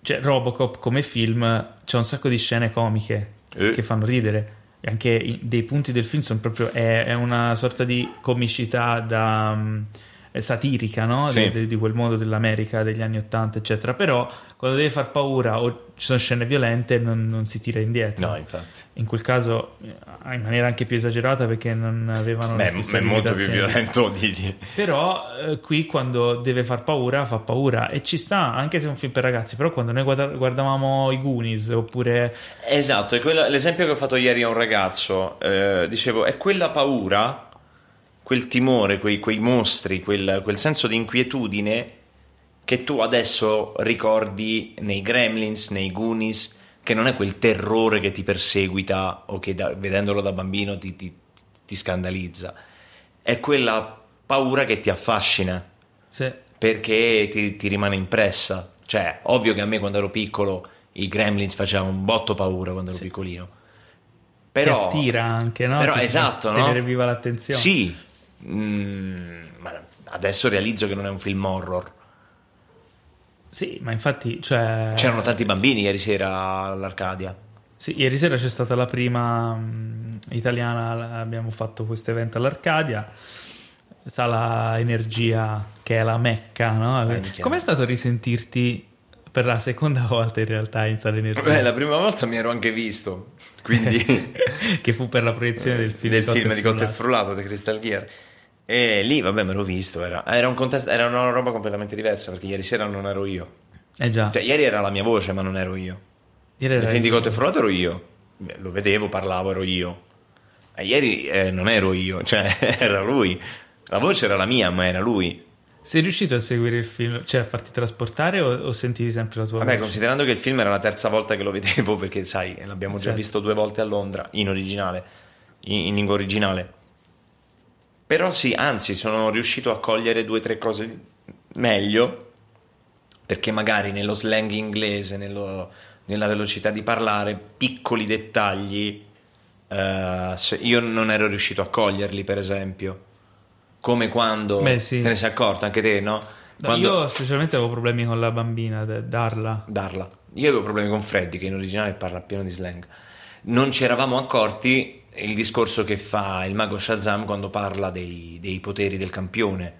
Speaker 1: cioè, Robocop come film c'è un sacco di scene comiche
Speaker 2: Eh.
Speaker 1: che fanno ridere. E Anche i- dei punti del film sono proprio. È, è una sorta di comicità da. mm, satirica, no?
Speaker 2: Sì.
Speaker 1: Di- di, di quel mondo dell'America degli anni Ottanta, eccetera. Però quando deve far paura o ci sono scene violente, non, non si tira indietro.
Speaker 2: No, infatti.
Speaker 1: In quel caso, eh, in maniera anche più esagerata, perché non avevano
Speaker 2: Beh,
Speaker 1: la
Speaker 2: è
Speaker 1: stessa
Speaker 2: molto più
Speaker 1: limitazione.
Speaker 2: violento di, di-
Speaker 1: Però eh, qui quando deve far paura, fa paura e ci sta, anche se è un film per ragazzi. Però quando noi guarda- guardavamo i Goonies oppure
Speaker 2: Esatto, è quello- l'esempio che ho fatto ieri a un ragazzo, eh, dicevo, è quella paura, quel timore, quei, quei mostri, quel, quel senso di inquietudine che tu adesso ricordi nei Gremlins, nei Goonies, che non è quel terrore che ti perseguita o che da- vedendolo da bambino ti, ti- ti scandalizza, è quella paura che ti affascina
Speaker 1: se-
Speaker 2: perché ti, ti rimane impressa. Cioè, ovvio che a me quando ero piccolo i Gremlins facevano un botto paura quando ero
Speaker 1: Sì.
Speaker 2: piccolino.
Speaker 1: ti
Speaker 2: Però
Speaker 1: attira anche, no?
Speaker 2: Però
Speaker 1: Ti fa
Speaker 2: esatto, no?
Speaker 1: tenere viva l'attenzione.
Speaker 2: Sì. Mm, ma adesso realizzo che non è un film horror.
Speaker 1: Sì, ma infatti, cioè,
Speaker 2: C'erano tanti bambini ieri sera all'Arcadia.
Speaker 1: sì, ieri sera c'è stata la prima mh, italiana, l- abbiamo fatto questo evento all'Arcadia. Sala Energia, che è la mecca, no?
Speaker 2: Eh, minchia.
Speaker 1: Com'è stato risentirti per la seconda volta in realtà in Sala Energia?
Speaker 2: Beh, la prima volta mi ero anche visto, quindi
Speaker 1: che fu per la proiezione del film,
Speaker 2: del
Speaker 1: Cotto
Speaker 2: film
Speaker 1: e
Speaker 2: di Cotto e
Speaker 1: Frullato.
Speaker 2: Frullato di Crystal Gear. E lì, vabbè, me l'ho visto. Era, era un contesto, era una roba completamente diversa perché ieri sera non ero io.
Speaker 1: Eh già,
Speaker 2: Cioè, ieri era la mia voce, ma non ero io.
Speaker 1: ieri
Speaker 2: Nel
Speaker 1: era-
Speaker 2: film di Cotto e Frullato ero io. Beh, Lo vedevo, parlavo, ero io. E ieri eh, non ero io, cioè era lui. La voce era la mia, ma era lui.
Speaker 1: Sei riuscito a seguire il film, cioè a farti trasportare o, o sentivi sempre la tua
Speaker 2: Vabbè,
Speaker 1: voce?
Speaker 2: considerando che il film era la terza volta che lo vedevo, perché sai, l'abbiamo già
Speaker 1: Certo.
Speaker 2: visto due volte a Londra, in originale, in, in lingua originale. Però sì, anzi, sono riuscito a cogliere due o tre cose meglio, perché magari nello slang inglese, nello- nella velocità di parlare, piccoli dettagli, eh, se- io non ero riuscito a coglierli, per esempio. Come quando...
Speaker 1: Beh, sì.
Speaker 2: Te ne sei accorto, anche te, no?
Speaker 1: No,
Speaker 2: Quando-
Speaker 1: Io specialmente avevo problemi con la bambina, da- darla.
Speaker 2: darla. Io avevo problemi con Freddy, che in originale parla pieno di slang. Non ci eravamo accorti il discorso che fa il mago Shazam quando parla dei, dei poteri del campione,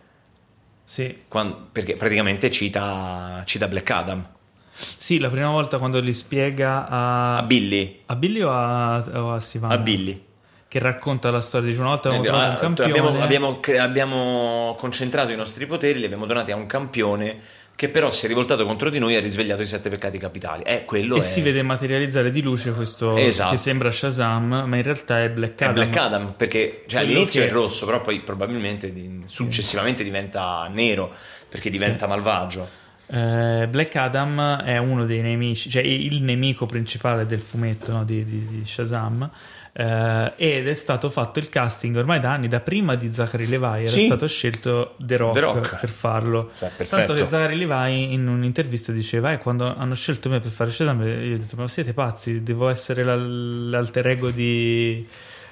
Speaker 1: Sì.
Speaker 2: Quan- perché praticamente cita, cita Black Adam.
Speaker 1: Sì, la prima volta quando li spiega a,
Speaker 2: A Billy.
Speaker 1: a Billy o a, o a Sivana?
Speaker 2: A Billy.
Speaker 1: Che racconta la storia, dice una volta Ah. abbiamo trovato
Speaker 2: Ah,
Speaker 1: un campione.
Speaker 2: abbiamo, abbiamo cre- abbiamo concentrato i nostri poteri, li abbiamo donati a un campione che però si è rivoltato contro di noi e ha risvegliato i sette peccati capitali. Eh, quello
Speaker 1: E
Speaker 2: è...
Speaker 1: si vede materializzare di luce questo
Speaker 2: Esatto.
Speaker 1: che sembra Shazam, ma in realtà è Black
Speaker 2: È
Speaker 1: Adam.
Speaker 2: Cioè, Black Adam perché cioè,
Speaker 1: Quello
Speaker 2: all'inizio
Speaker 1: che-
Speaker 2: è rosso, però poi probabilmente di- successivamente diventa nero perché diventa malvagio.
Speaker 1: Eh, Black Adam è uno dei nemici, cioè il nemico principale del fumetto no, di, di- di Shazam. eh, ed è stato fatto il casting ormai da anni, da prima di Zachary Levi era
Speaker 2: Sì.
Speaker 1: stato scelto The Rock,
Speaker 2: The Rock.
Speaker 1: per farlo.
Speaker 2: Cioè, perfetto.
Speaker 1: Tanto che Zachary Levi in un'intervista diceva: "Eh, Quando hanno scelto me per fare Shazam, io ho detto: Ma siete pazzi, devo essere la- l'alter ego di.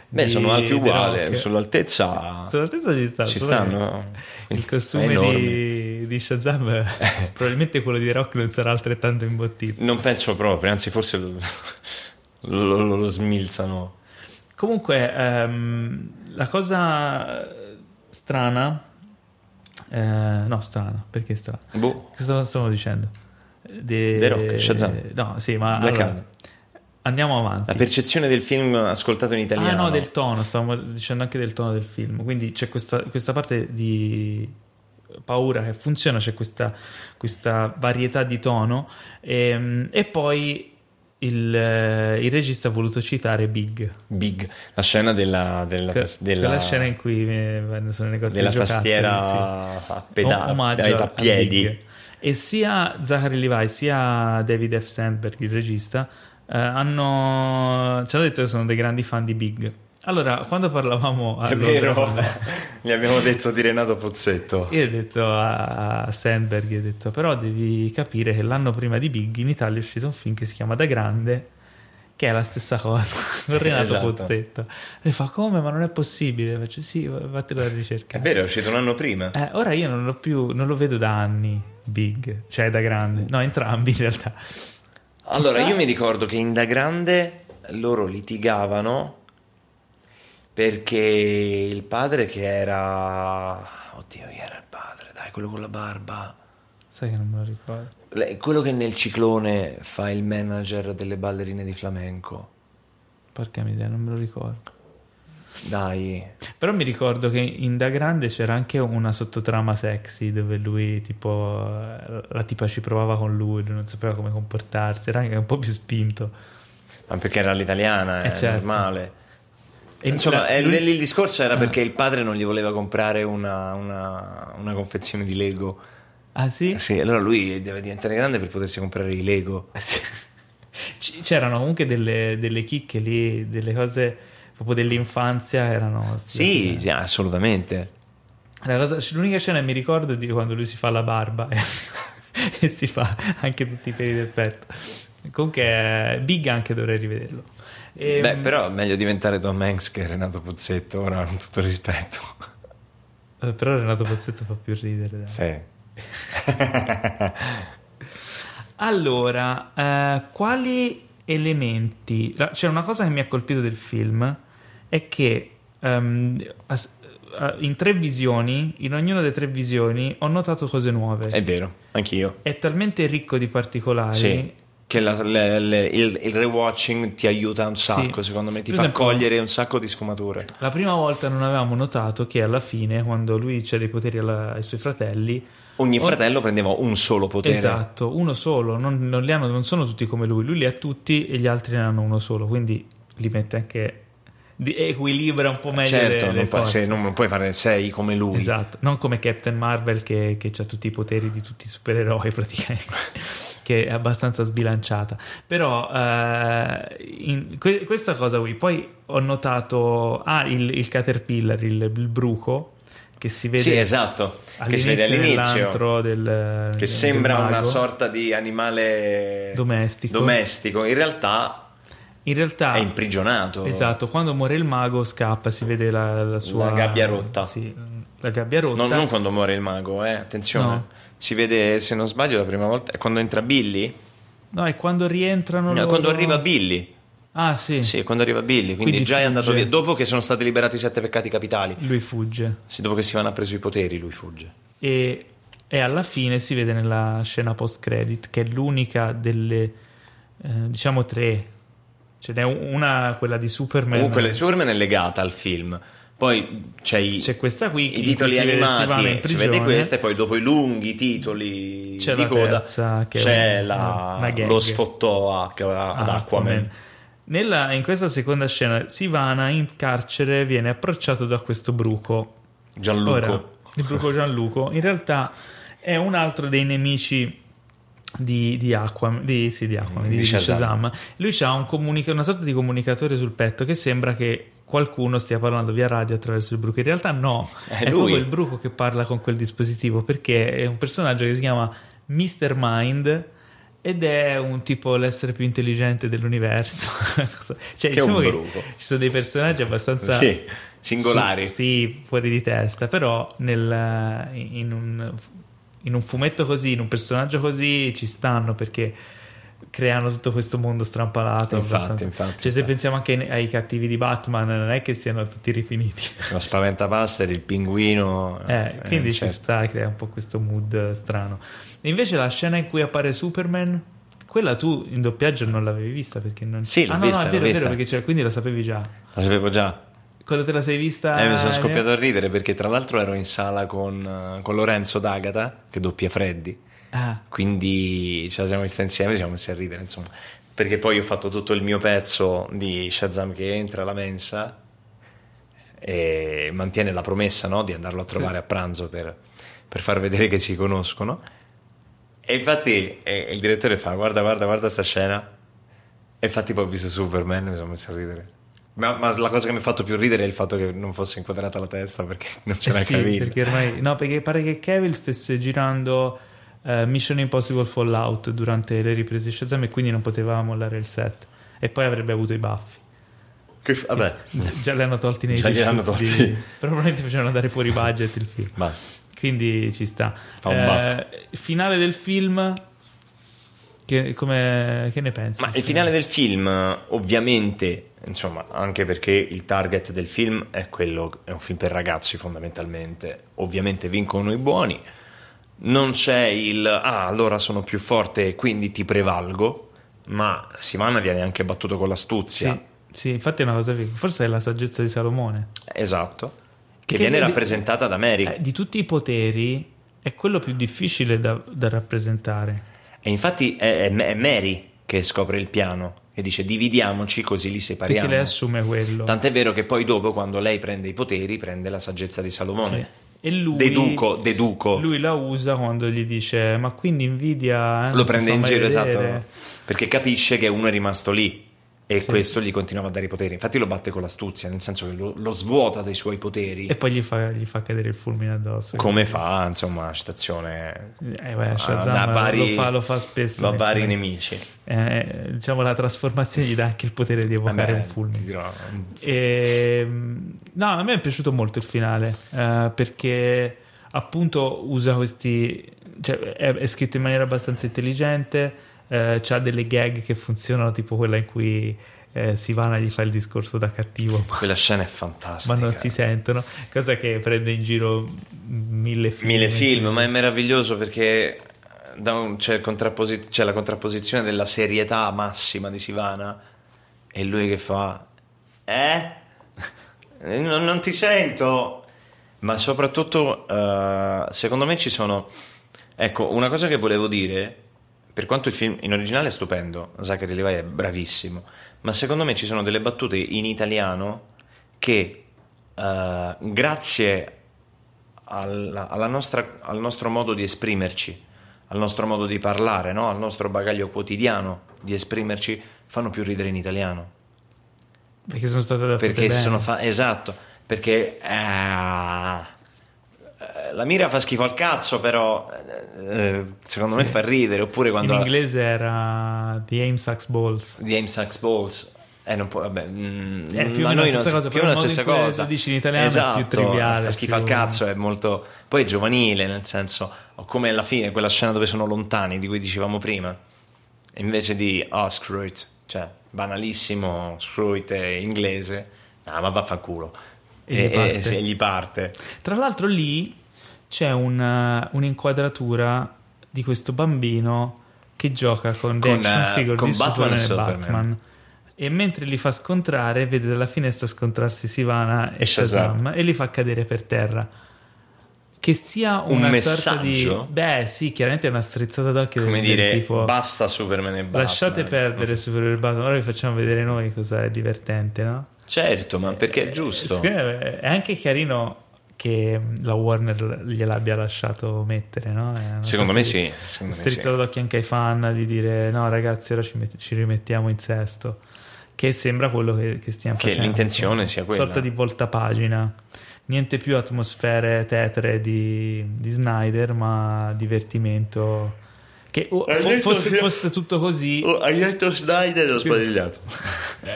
Speaker 2: Beh,
Speaker 1: di
Speaker 2: sono alti
Speaker 1: The
Speaker 2: uguali, eh,
Speaker 1: Rock."
Speaker 2: sull'altezza
Speaker 1: Sull'altezza ci stanno.
Speaker 2: ci
Speaker 1: sono-
Speaker 2: stanno.
Speaker 1: il
Speaker 2: È
Speaker 1: costume
Speaker 2: enorme.
Speaker 1: di, di Shazam, probabilmente quello di Rock non sarà altrettanto imbottito.
Speaker 2: Non penso proprio, anzi forse lo, lo- lo- lo smilzano.
Speaker 1: Comunque, ehm, la cosa strana, eh, no, strana, perché strana?
Speaker 2: Boh.
Speaker 1: Cosa stavo dicendo? De,
Speaker 2: The Rock, Shazam.
Speaker 1: No, sì, ma
Speaker 2: Black
Speaker 1: allora,
Speaker 2: Adam.
Speaker 1: andiamo
Speaker 2: La
Speaker 1: avanti.
Speaker 2: percezione del film ascoltato in italiano.
Speaker 1: Ah no, del tono, stavamo dicendo anche del tono del film, quindi c'è questa, questa parte di paura che funziona, c'è questa, questa varietà di tono ehm, e, poi il, eh, il regista ha voluto citare Big,
Speaker 2: Big, la scena della, della,
Speaker 1: que-
Speaker 2: della-
Speaker 1: quella scena in cui eh, vanno sono nei negozi
Speaker 2: della
Speaker 1: di giocattoli,
Speaker 2: tastiera
Speaker 1: sì.
Speaker 2: a peda-
Speaker 1: O- omaggio
Speaker 2: ai
Speaker 1: a
Speaker 2: tappiedi.
Speaker 1: Big. E sia Zachary Levi sia David F. Sandberg, il regista, eh, hanno... ci hanno detto che sono dei grandi fan di Big. Allora, quando parlavamo a
Speaker 2: È
Speaker 1: Londra
Speaker 2: vero,
Speaker 1: con-
Speaker 2: gli abbiamo detto di Renato Pozzetto.
Speaker 1: Io ho detto a a Sandberg, gli ho detto, però devi capire che l'anno prima di Big in Italia è uscito un film che si chiama Da Grande, che è la stessa cosa con Renato
Speaker 2: Esatto.
Speaker 1: Pozzetto. E fa come? Ma non è possibile. Faccio sì, vattene alla ricerca.
Speaker 2: È vero, è uscito un anno prima.
Speaker 1: Eh, ora io non l'ho più, non lo vedo da anni, Big, cioè da grande, no, entrambi in realtà.
Speaker 2: Allora,
Speaker 1: Chissà-
Speaker 2: io mi ricordo che in Da Grande loro litigavano perché il padre che era... Oddio, chi era il padre? Dai, quello con la barba.
Speaker 1: Sai che non me lo ricordo.
Speaker 2: Le- Quello che nel ciclone fa il manager delle ballerine di flamenco.
Speaker 1: Porca miseria, non me lo ricordo.
Speaker 2: Dai.
Speaker 1: Però mi ricordo che in Da Grande c'era anche una sottotrama sexy dove lui, tipo, eh, la tipa ci provava con lui, lui non sapeva come comportarsi, era anche un po' più spinto.
Speaker 2: Ma perché era l'italiana,
Speaker 1: Eh,
Speaker 2: è
Speaker 1: certo.
Speaker 2: normale.
Speaker 1: E
Speaker 2: Insomma,
Speaker 1: la-
Speaker 2: eh,
Speaker 1: lui- Ah.
Speaker 2: lì il discorso era perché il padre non gli voleva comprare una, una- una confezione di Lego.
Speaker 1: Ah sì?
Speaker 2: Sì, allora lui deve diventare grande per potersi comprare i Lego.
Speaker 1: C- C'erano comunque delle, delle chicche lì, delle cose proprio dell'infanzia, erano... Eh.
Speaker 2: Sì, sì, assolutamente.
Speaker 1: La cosa- l'unica scena che mi ricordo è di quando lui si fa la barba e, e si fa anche tutti i peli del petto. Comunque, eh, Big anche dovrei rivederlo. Ehm, E,
Speaker 2: Beh, però è meglio diventare Tom Hanks che Renato Pozzetto, ora con tutto rispetto.
Speaker 1: eh, però Renato Pozzetto fa più ridere. dai.
Speaker 2: Sì.
Speaker 1: Allora, eh, quali elementi? la- C'è una cosa che mi ha colpito del film è che ehm, as- eh, in tre visioni, in ognuna delle tre visioni, ho notato cose nuove.
Speaker 2: È vero, anch'io.
Speaker 1: È talmente ricco di particolari
Speaker 2: Sì. Che la- le- le- il, il rewatching ti aiuta un sacco,
Speaker 1: Sì.
Speaker 2: secondo me, ti
Speaker 1: Per
Speaker 2: fa
Speaker 1: esempio-
Speaker 2: cogliere un sacco di sfumature.
Speaker 1: La prima volta non avevamo notato che alla fine, quando lui cede i poteri alla- ai suoi fratelli,
Speaker 2: Ogni
Speaker 1: Oh.
Speaker 2: fratello prendeva un solo potere.
Speaker 1: esatto, uno solo, non, non li hanno- non sono tutti come lui, lui li ha tutti e gli altri ne hanno uno solo, quindi li mette anche, di- equilibra un po' meglio
Speaker 2: certo,
Speaker 1: le, le
Speaker 2: non, puoi,
Speaker 1: forze.
Speaker 2: se- non- non puoi fare sei come lui.
Speaker 1: Esatto, non come Captain Marvel che, ha tutti i poteri di tutti i supereroi praticamente, che è abbastanza sbilanciata. Però eh, in- que- questa cosa qui, poi ho notato ah, il, il caterpillar, il, il bruco, che si vede
Speaker 2: Sì, esatto. Che si
Speaker 1: all'inizio,
Speaker 2: vede all'inizio.
Speaker 1: dell'antro del,
Speaker 2: Che
Speaker 1: del
Speaker 2: sembra una
Speaker 1: mago.
Speaker 2: sorta di animale
Speaker 1: Domestico.
Speaker 2: domestico. In realtà
Speaker 1: In realtà
Speaker 2: è imprigionato.
Speaker 1: Esatto, quando muore il mago scappa, si vede la, la sua
Speaker 2: La gabbia rotta.
Speaker 1: Sì, la gabbia rotta.
Speaker 2: Non, non quando muore il mago, eh, attenzione.
Speaker 1: No.
Speaker 2: Si vede, se non sbaglio, la prima volta. È quando entra Billy?
Speaker 1: No, è quando rientrano
Speaker 2: No,
Speaker 1: loro-
Speaker 2: quando arriva Billy.
Speaker 1: Ah, sì.
Speaker 2: Sì, quando arriva Billy. Quindi,
Speaker 1: Quindi
Speaker 2: già è andato
Speaker 1: fugge.
Speaker 2: via. Dopo che sono stati liberati i sette peccati capitali.
Speaker 1: Lui fugge
Speaker 2: Sì, dopo che Sivan ha preso i poteri, lui fugge.
Speaker 1: e, e alla fine si vede nella scena post credit che è l'unica delle eh, diciamo tre. Ce n'è una quella di Superman.
Speaker 2: Comunque, la Superman è legata al film. Poi c'è i,
Speaker 1: C'è questa qui
Speaker 2: i
Speaker 1: in
Speaker 2: titoli
Speaker 1: cui si vede Sivana in
Speaker 2: animati, si vede
Speaker 1: prigione.
Speaker 2: questa, e poi dopo i lunghi titoli
Speaker 1: C'è
Speaker 2: di
Speaker 1: la
Speaker 2: coda
Speaker 1: terza, che è
Speaker 2: c'è
Speaker 1: un-
Speaker 2: la-
Speaker 1: una gag.
Speaker 2: lo sfottò a- ad
Speaker 1: Ah,
Speaker 2: Aquaman.
Speaker 1: Nella- in questa seconda scena Sivana in carcere viene approcciato da questo bruco
Speaker 2: Gianluco.
Speaker 1: Ora, il bruco Gianluco in realtà è un altro dei nemici di, di Aquaman, di, sì, di, Aquaman, di-
Speaker 2: Di
Speaker 1: di
Speaker 2: Shazam.
Speaker 1: Shazam. Lui ha un comunica- una sorta di comunicatore sul petto che sembra che qualcuno stia parlando via radio attraverso il bruco. In realtà no,
Speaker 2: È
Speaker 1: è,
Speaker 2: lui.
Speaker 1: proprio il bruco che parla con quel dispositivo perché è un personaggio che si chiama Mr. Mind ed è un tipo l'essere più intelligente dell'universo. cioè,
Speaker 2: è
Speaker 1: diciamo
Speaker 2: un
Speaker 1: che
Speaker 2: bruco.
Speaker 1: ci sono dei personaggi abbastanza
Speaker 2: Sì, singolari.
Speaker 1: sì, sì, fuori di testa, però nel- eh, in, un, in un fumetto così, in un personaggio così ci stanno perché creano tutto questo mondo strampalato.
Speaker 2: Infatti,
Speaker 1: abbastanza-
Speaker 2: infatti,
Speaker 1: Cioè, se
Speaker 2: infatti.
Speaker 1: pensiamo anche ai- ai cattivi di Batman, non è che siano tutti rifiniti.
Speaker 2: Lo spaventapasseri, il pinguino.
Speaker 1: Eh,
Speaker 2: eh,
Speaker 1: quindi ci
Speaker 2: certo.
Speaker 1: sta, crea un po' questo mood strano. E invece la scena in cui appare Superman, quella tu in doppiaggio non l'avevi vista perché non
Speaker 2: Sì, l'ho
Speaker 1: ah, no,
Speaker 2: vista,
Speaker 1: no,
Speaker 2: l'ho
Speaker 1: è vero, è
Speaker 2: vista.
Speaker 1: vero, perché c'era- quindi la sapevi già.
Speaker 2: Lo sapevo già.
Speaker 1: Quando te la sei vista?
Speaker 2: Eh, mi sono
Speaker 1: Elena?
Speaker 2: scoppiato a ridere perché tra l'altro ero in sala con, eh, con Lorenzo D'Agata, che doppia Freddy.
Speaker 1: Ah.
Speaker 2: quindi ce la siamo vista insieme ci siamo messi a ridere insomma perché poi ho fatto tutto il mio pezzo di Shazam che entra alla mensa e mantiene la promessa no, di andarlo a trovare a pranzo per, per far vedere che si conoscono e infatti eh, il direttore fa guarda guarda guarda sta scena e infatti poi ho visto Superman e mi sono messo a ridere ma, ma la cosa che mi ha fatto più ridere è il fatto che non fosse inquadrata la testa perché non c'era
Speaker 1: Eh
Speaker 2: il
Speaker 1: sì,
Speaker 2: Cavill.
Speaker 1: perché ormai no, perché pare che Cavill stesse girando eh, Mission Impossible Fallout durante le riprese di Shazam e quindi non poteva mollare il set. e poi avrebbe avuto i baffi.
Speaker 2: Che f- vabbè,
Speaker 1: Già li hanno tolti nei
Speaker 2: Già li hanno
Speaker 1: tessuti,
Speaker 2: tolti.
Speaker 1: Però probabilmente facevano andare fuori budget il film.
Speaker 2: basta.
Speaker 1: Quindi ci sta. Eh,
Speaker 2: Fa un
Speaker 1: finale del film. Che, come, che ne pensi?
Speaker 2: Ma il finale del film, ovviamente, insomma, anche perché il target del film è quello, è un film per ragazzi fondamentalmente, ovviamente vincono i buoni, non c'è il ah allora sono più forte e quindi ti prevalgo, ma Sivana viene anche battuto con l'astuzia,
Speaker 1: Sì, sì, infatti è una cosa figa. Forse è la saggezza di Salomone.
Speaker 2: esatto, che,
Speaker 1: Che
Speaker 2: viene
Speaker 1: vede-
Speaker 2: rappresentata da Mary.
Speaker 1: Eh, di tutti i poteri è quello più difficile da, da rappresentare.
Speaker 2: E infatti è, è- è Mary che scopre il piano e dice dividiamoci così li
Speaker 1: Perché
Speaker 2: separiamo.
Speaker 1: lei assume quello.
Speaker 2: Tant'è vero che poi dopo, quando lei prende i poteri, prende la saggezza di Salomone.
Speaker 1: Sì. E lui,
Speaker 2: Deduco, deduco.
Speaker 1: lui la usa quando gli dice ma quindi invidia eh, non
Speaker 2: lo
Speaker 1: si
Speaker 2: prende
Speaker 1: fa
Speaker 2: in
Speaker 1: mai
Speaker 2: giro,
Speaker 1: vedere".
Speaker 2: esatto. Perché capisce che uno è rimasto lì e
Speaker 1: Sì.
Speaker 2: questo gli continuava a dare i poteri. Infatti lo batte con l'astuzia, nel senso che lo, lo svuota dei suoi poteri.
Speaker 1: e poi gli fa, gli fa cadere il fulmine addosso
Speaker 2: come
Speaker 1: Quindi-
Speaker 2: fa, insomma, la citazione
Speaker 1: Eh, beh,
Speaker 2: a-
Speaker 1: Shazam
Speaker 2: da vari-
Speaker 1: lo, fa, lo fa spesso
Speaker 2: da
Speaker 1: nei
Speaker 2: vari
Speaker 1: film.
Speaker 2: nemici.
Speaker 1: Eh, diciamo la trasformazione gli dà anche il potere di evocare
Speaker 2: Vabbè,
Speaker 1: il fulmine
Speaker 2: ti dirò,
Speaker 1: Ehm, no, a me è piaciuto molto il finale eh, perché appunto usa questi. cioè, è, è scritto in maniera abbastanza intelligente. eh, c'ha delle gag che funzionano, tipo quella in cui eh, Sivana gli fa il discorso da cattivo, ma,
Speaker 2: Quella scena è
Speaker 1: ma
Speaker 2: fantastica.
Speaker 1: non si sentono. Cosa che prende in giro mille film.
Speaker 2: mille film, ma è meraviglioso perché eh, da un- c'è, il contrapposi- c'è la contrapposizione della serietà massima di Sivana e lui che fa eh? Non, non ti sento ma soprattutto eh, secondo me ci sono ecco una cosa che volevo dire per quanto il film in originale è stupendo Zachary Levi è bravissimo ma secondo me ci sono delle battute in italiano che eh, grazie alla, alla nostra- al nostro modo di esprimerci, al nostro modo di parlare, no? al nostro bagaglio quotidiano di esprimerci, fanno più ridere in italiano.
Speaker 1: Perché sono state adatte
Speaker 2: Perché
Speaker 1: bene.
Speaker 2: sono fa- esatto, perché ah, eh, la mira fa schifo al cazzo, però eh, secondo me fa ridere, oppure quando
Speaker 1: In inglese era The Aim Sucks Balls.
Speaker 2: di Aim Sucks Balls. Eh, non può, vabbè, mm,
Speaker 1: È più
Speaker 2: ma
Speaker 1: la
Speaker 2: noi
Speaker 1: stessa
Speaker 2: non,
Speaker 1: cosa,
Speaker 2: più
Speaker 1: però
Speaker 2: la
Speaker 1: il modo
Speaker 2: stessa
Speaker 1: in cui
Speaker 2: cosa. Esatto,
Speaker 1: lo dici in italiano è più triviale,
Speaker 2: Fa schifo
Speaker 1: più-
Speaker 2: al cazzo, è molto. Poi è giovanile, nel senso, o come alla fine quella scena dove sono lontani di cui dicevamo prima, E invece di oh, screw it, cioè banalissimo, screw it è inglese, ah, ma vaffanculo.
Speaker 1: E gli parte.
Speaker 2: sì, e gli parte.
Speaker 1: Tra l'altro lì c'è un- eh, un'inquadratura di questo bambino che gioca con, le
Speaker 2: Con, eh,
Speaker 1: action figure
Speaker 2: con
Speaker 1: di
Speaker 2: Batman
Speaker 1: Batman,
Speaker 2: e
Speaker 1: Superman e
Speaker 2: Superman.
Speaker 1: Batman. E mentre li fa scontrare, vede dalla finestra scontrarsi Sivana e,
Speaker 2: E Shazam.
Speaker 1: Shazam, e li fa cadere per terra. Che sia
Speaker 2: Un
Speaker 1: una sorta
Speaker 2: messaggio?
Speaker 1: di... Beh sì, chiaramente è una strizzata d'occhio
Speaker 2: Come
Speaker 1: del,
Speaker 2: dire,
Speaker 1: del tipo...
Speaker 2: basta Superman e Batman.
Speaker 1: Lasciate perdere Superman e Batman, ora vi facciamo vedere noi cosa è divertente, no?
Speaker 2: Certo, ma perché è
Speaker 1: Eh,
Speaker 2: giusto.
Speaker 1: secondo me È anche carino che la Warner gliel'abbia lasciato mettere, no? È una sorta
Speaker 2: Secondo me
Speaker 1: di
Speaker 2: sì. secondo me sì.
Speaker 1: Strizzato d'occhio anche ai fan di dire no ragazzi ora ci, met- ci rimettiamo in sesto. Che sembra quello che, che stiamo
Speaker 2: Che
Speaker 1: facendo.
Speaker 2: l'intenzione sia quella.
Speaker 1: Sorta di voltapagina. Niente più atmosfere tetre di, di Snyder, ma divertimento. Che oh,
Speaker 2: Hai
Speaker 1: fo-
Speaker 2: detto
Speaker 1: fosse,
Speaker 2: sia-
Speaker 1: fosse tutto così, Eh.
Speaker 2: Oh, hai detto Snyder e ho sbagliato.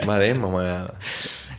Speaker 2: Maremma, ma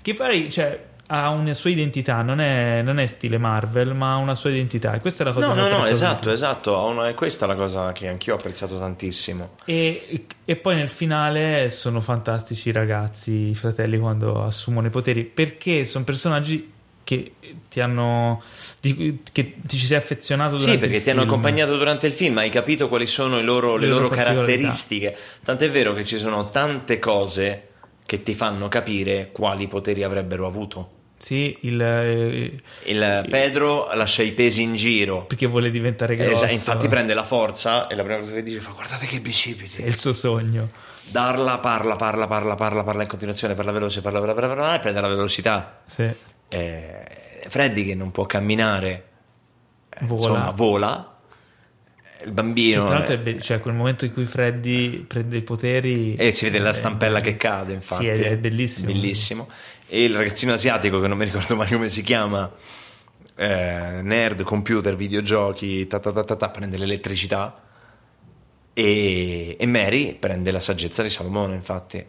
Speaker 1: Che poi cioè, ha una sua identità, non è, non è stile Marvel, ma ha una sua identità. E questa è la cosa
Speaker 2: No,
Speaker 1: che ho
Speaker 2: no, no,
Speaker 1: apprezzato di
Speaker 2: esatto,
Speaker 1: più.
Speaker 2: esatto. ha una- È questa la cosa che anch'io ho apprezzato tantissimo.
Speaker 1: E, e poi nel finale sono fantastici i ragazzi, i fratelli, quando assumono i poteri, perché sono personaggi che ti hanno. di cui- che ti ci sei affezionato durante
Speaker 2: Sì, perché
Speaker 1: il
Speaker 2: ti hanno
Speaker 1: film.
Speaker 2: accompagnato durante il film, hai capito quali sono i loro- le,
Speaker 1: Le
Speaker 2: loro,
Speaker 1: loro particolarità.
Speaker 2: caratteristiche. Tant'è vero che ci sono tante cose che ti fanno capire quali poteri avrebbero avuto.
Speaker 1: Sì, il, eh,
Speaker 2: Il Pedro lascia i pesi in giro.
Speaker 1: perché vuole diventare grosso. eh,
Speaker 2: Esa- Esatto, infatti prende la forza e la prima cosa che dice fa guardate che bicipiti.
Speaker 1: È il suo sogno.
Speaker 2: Darla parla, parla, parla, parla, parla in continuazione, parla veloce, parla, parla, parla, parla e prende la velocità.
Speaker 1: Sì.
Speaker 2: Eh, Freddy che non può camminare, eh,
Speaker 1: Vola.
Speaker 2: insomma, vola. Il bambino...
Speaker 1: Tra l'altro,
Speaker 2: eh,
Speaker 1: è be- cioè, quel momento in cui Freddy prende i poteri
Speaker 2: e si vede la
Speaker 1: eh,
Speaker 2: stampella che cade, infatti.
Speaker 1: Sì, è
Speaker 2: eh,
Speaker 1: bellissimo.
Speaker 2: bellissimo. E il ragazzino asiatico, che non mi ricordo mai come si chiama, eh, nerd, computer, videogiochi, ta ta ta ta ta, prende l'elettricità. E, e Mary prende la saggezza di Salomone, infatti.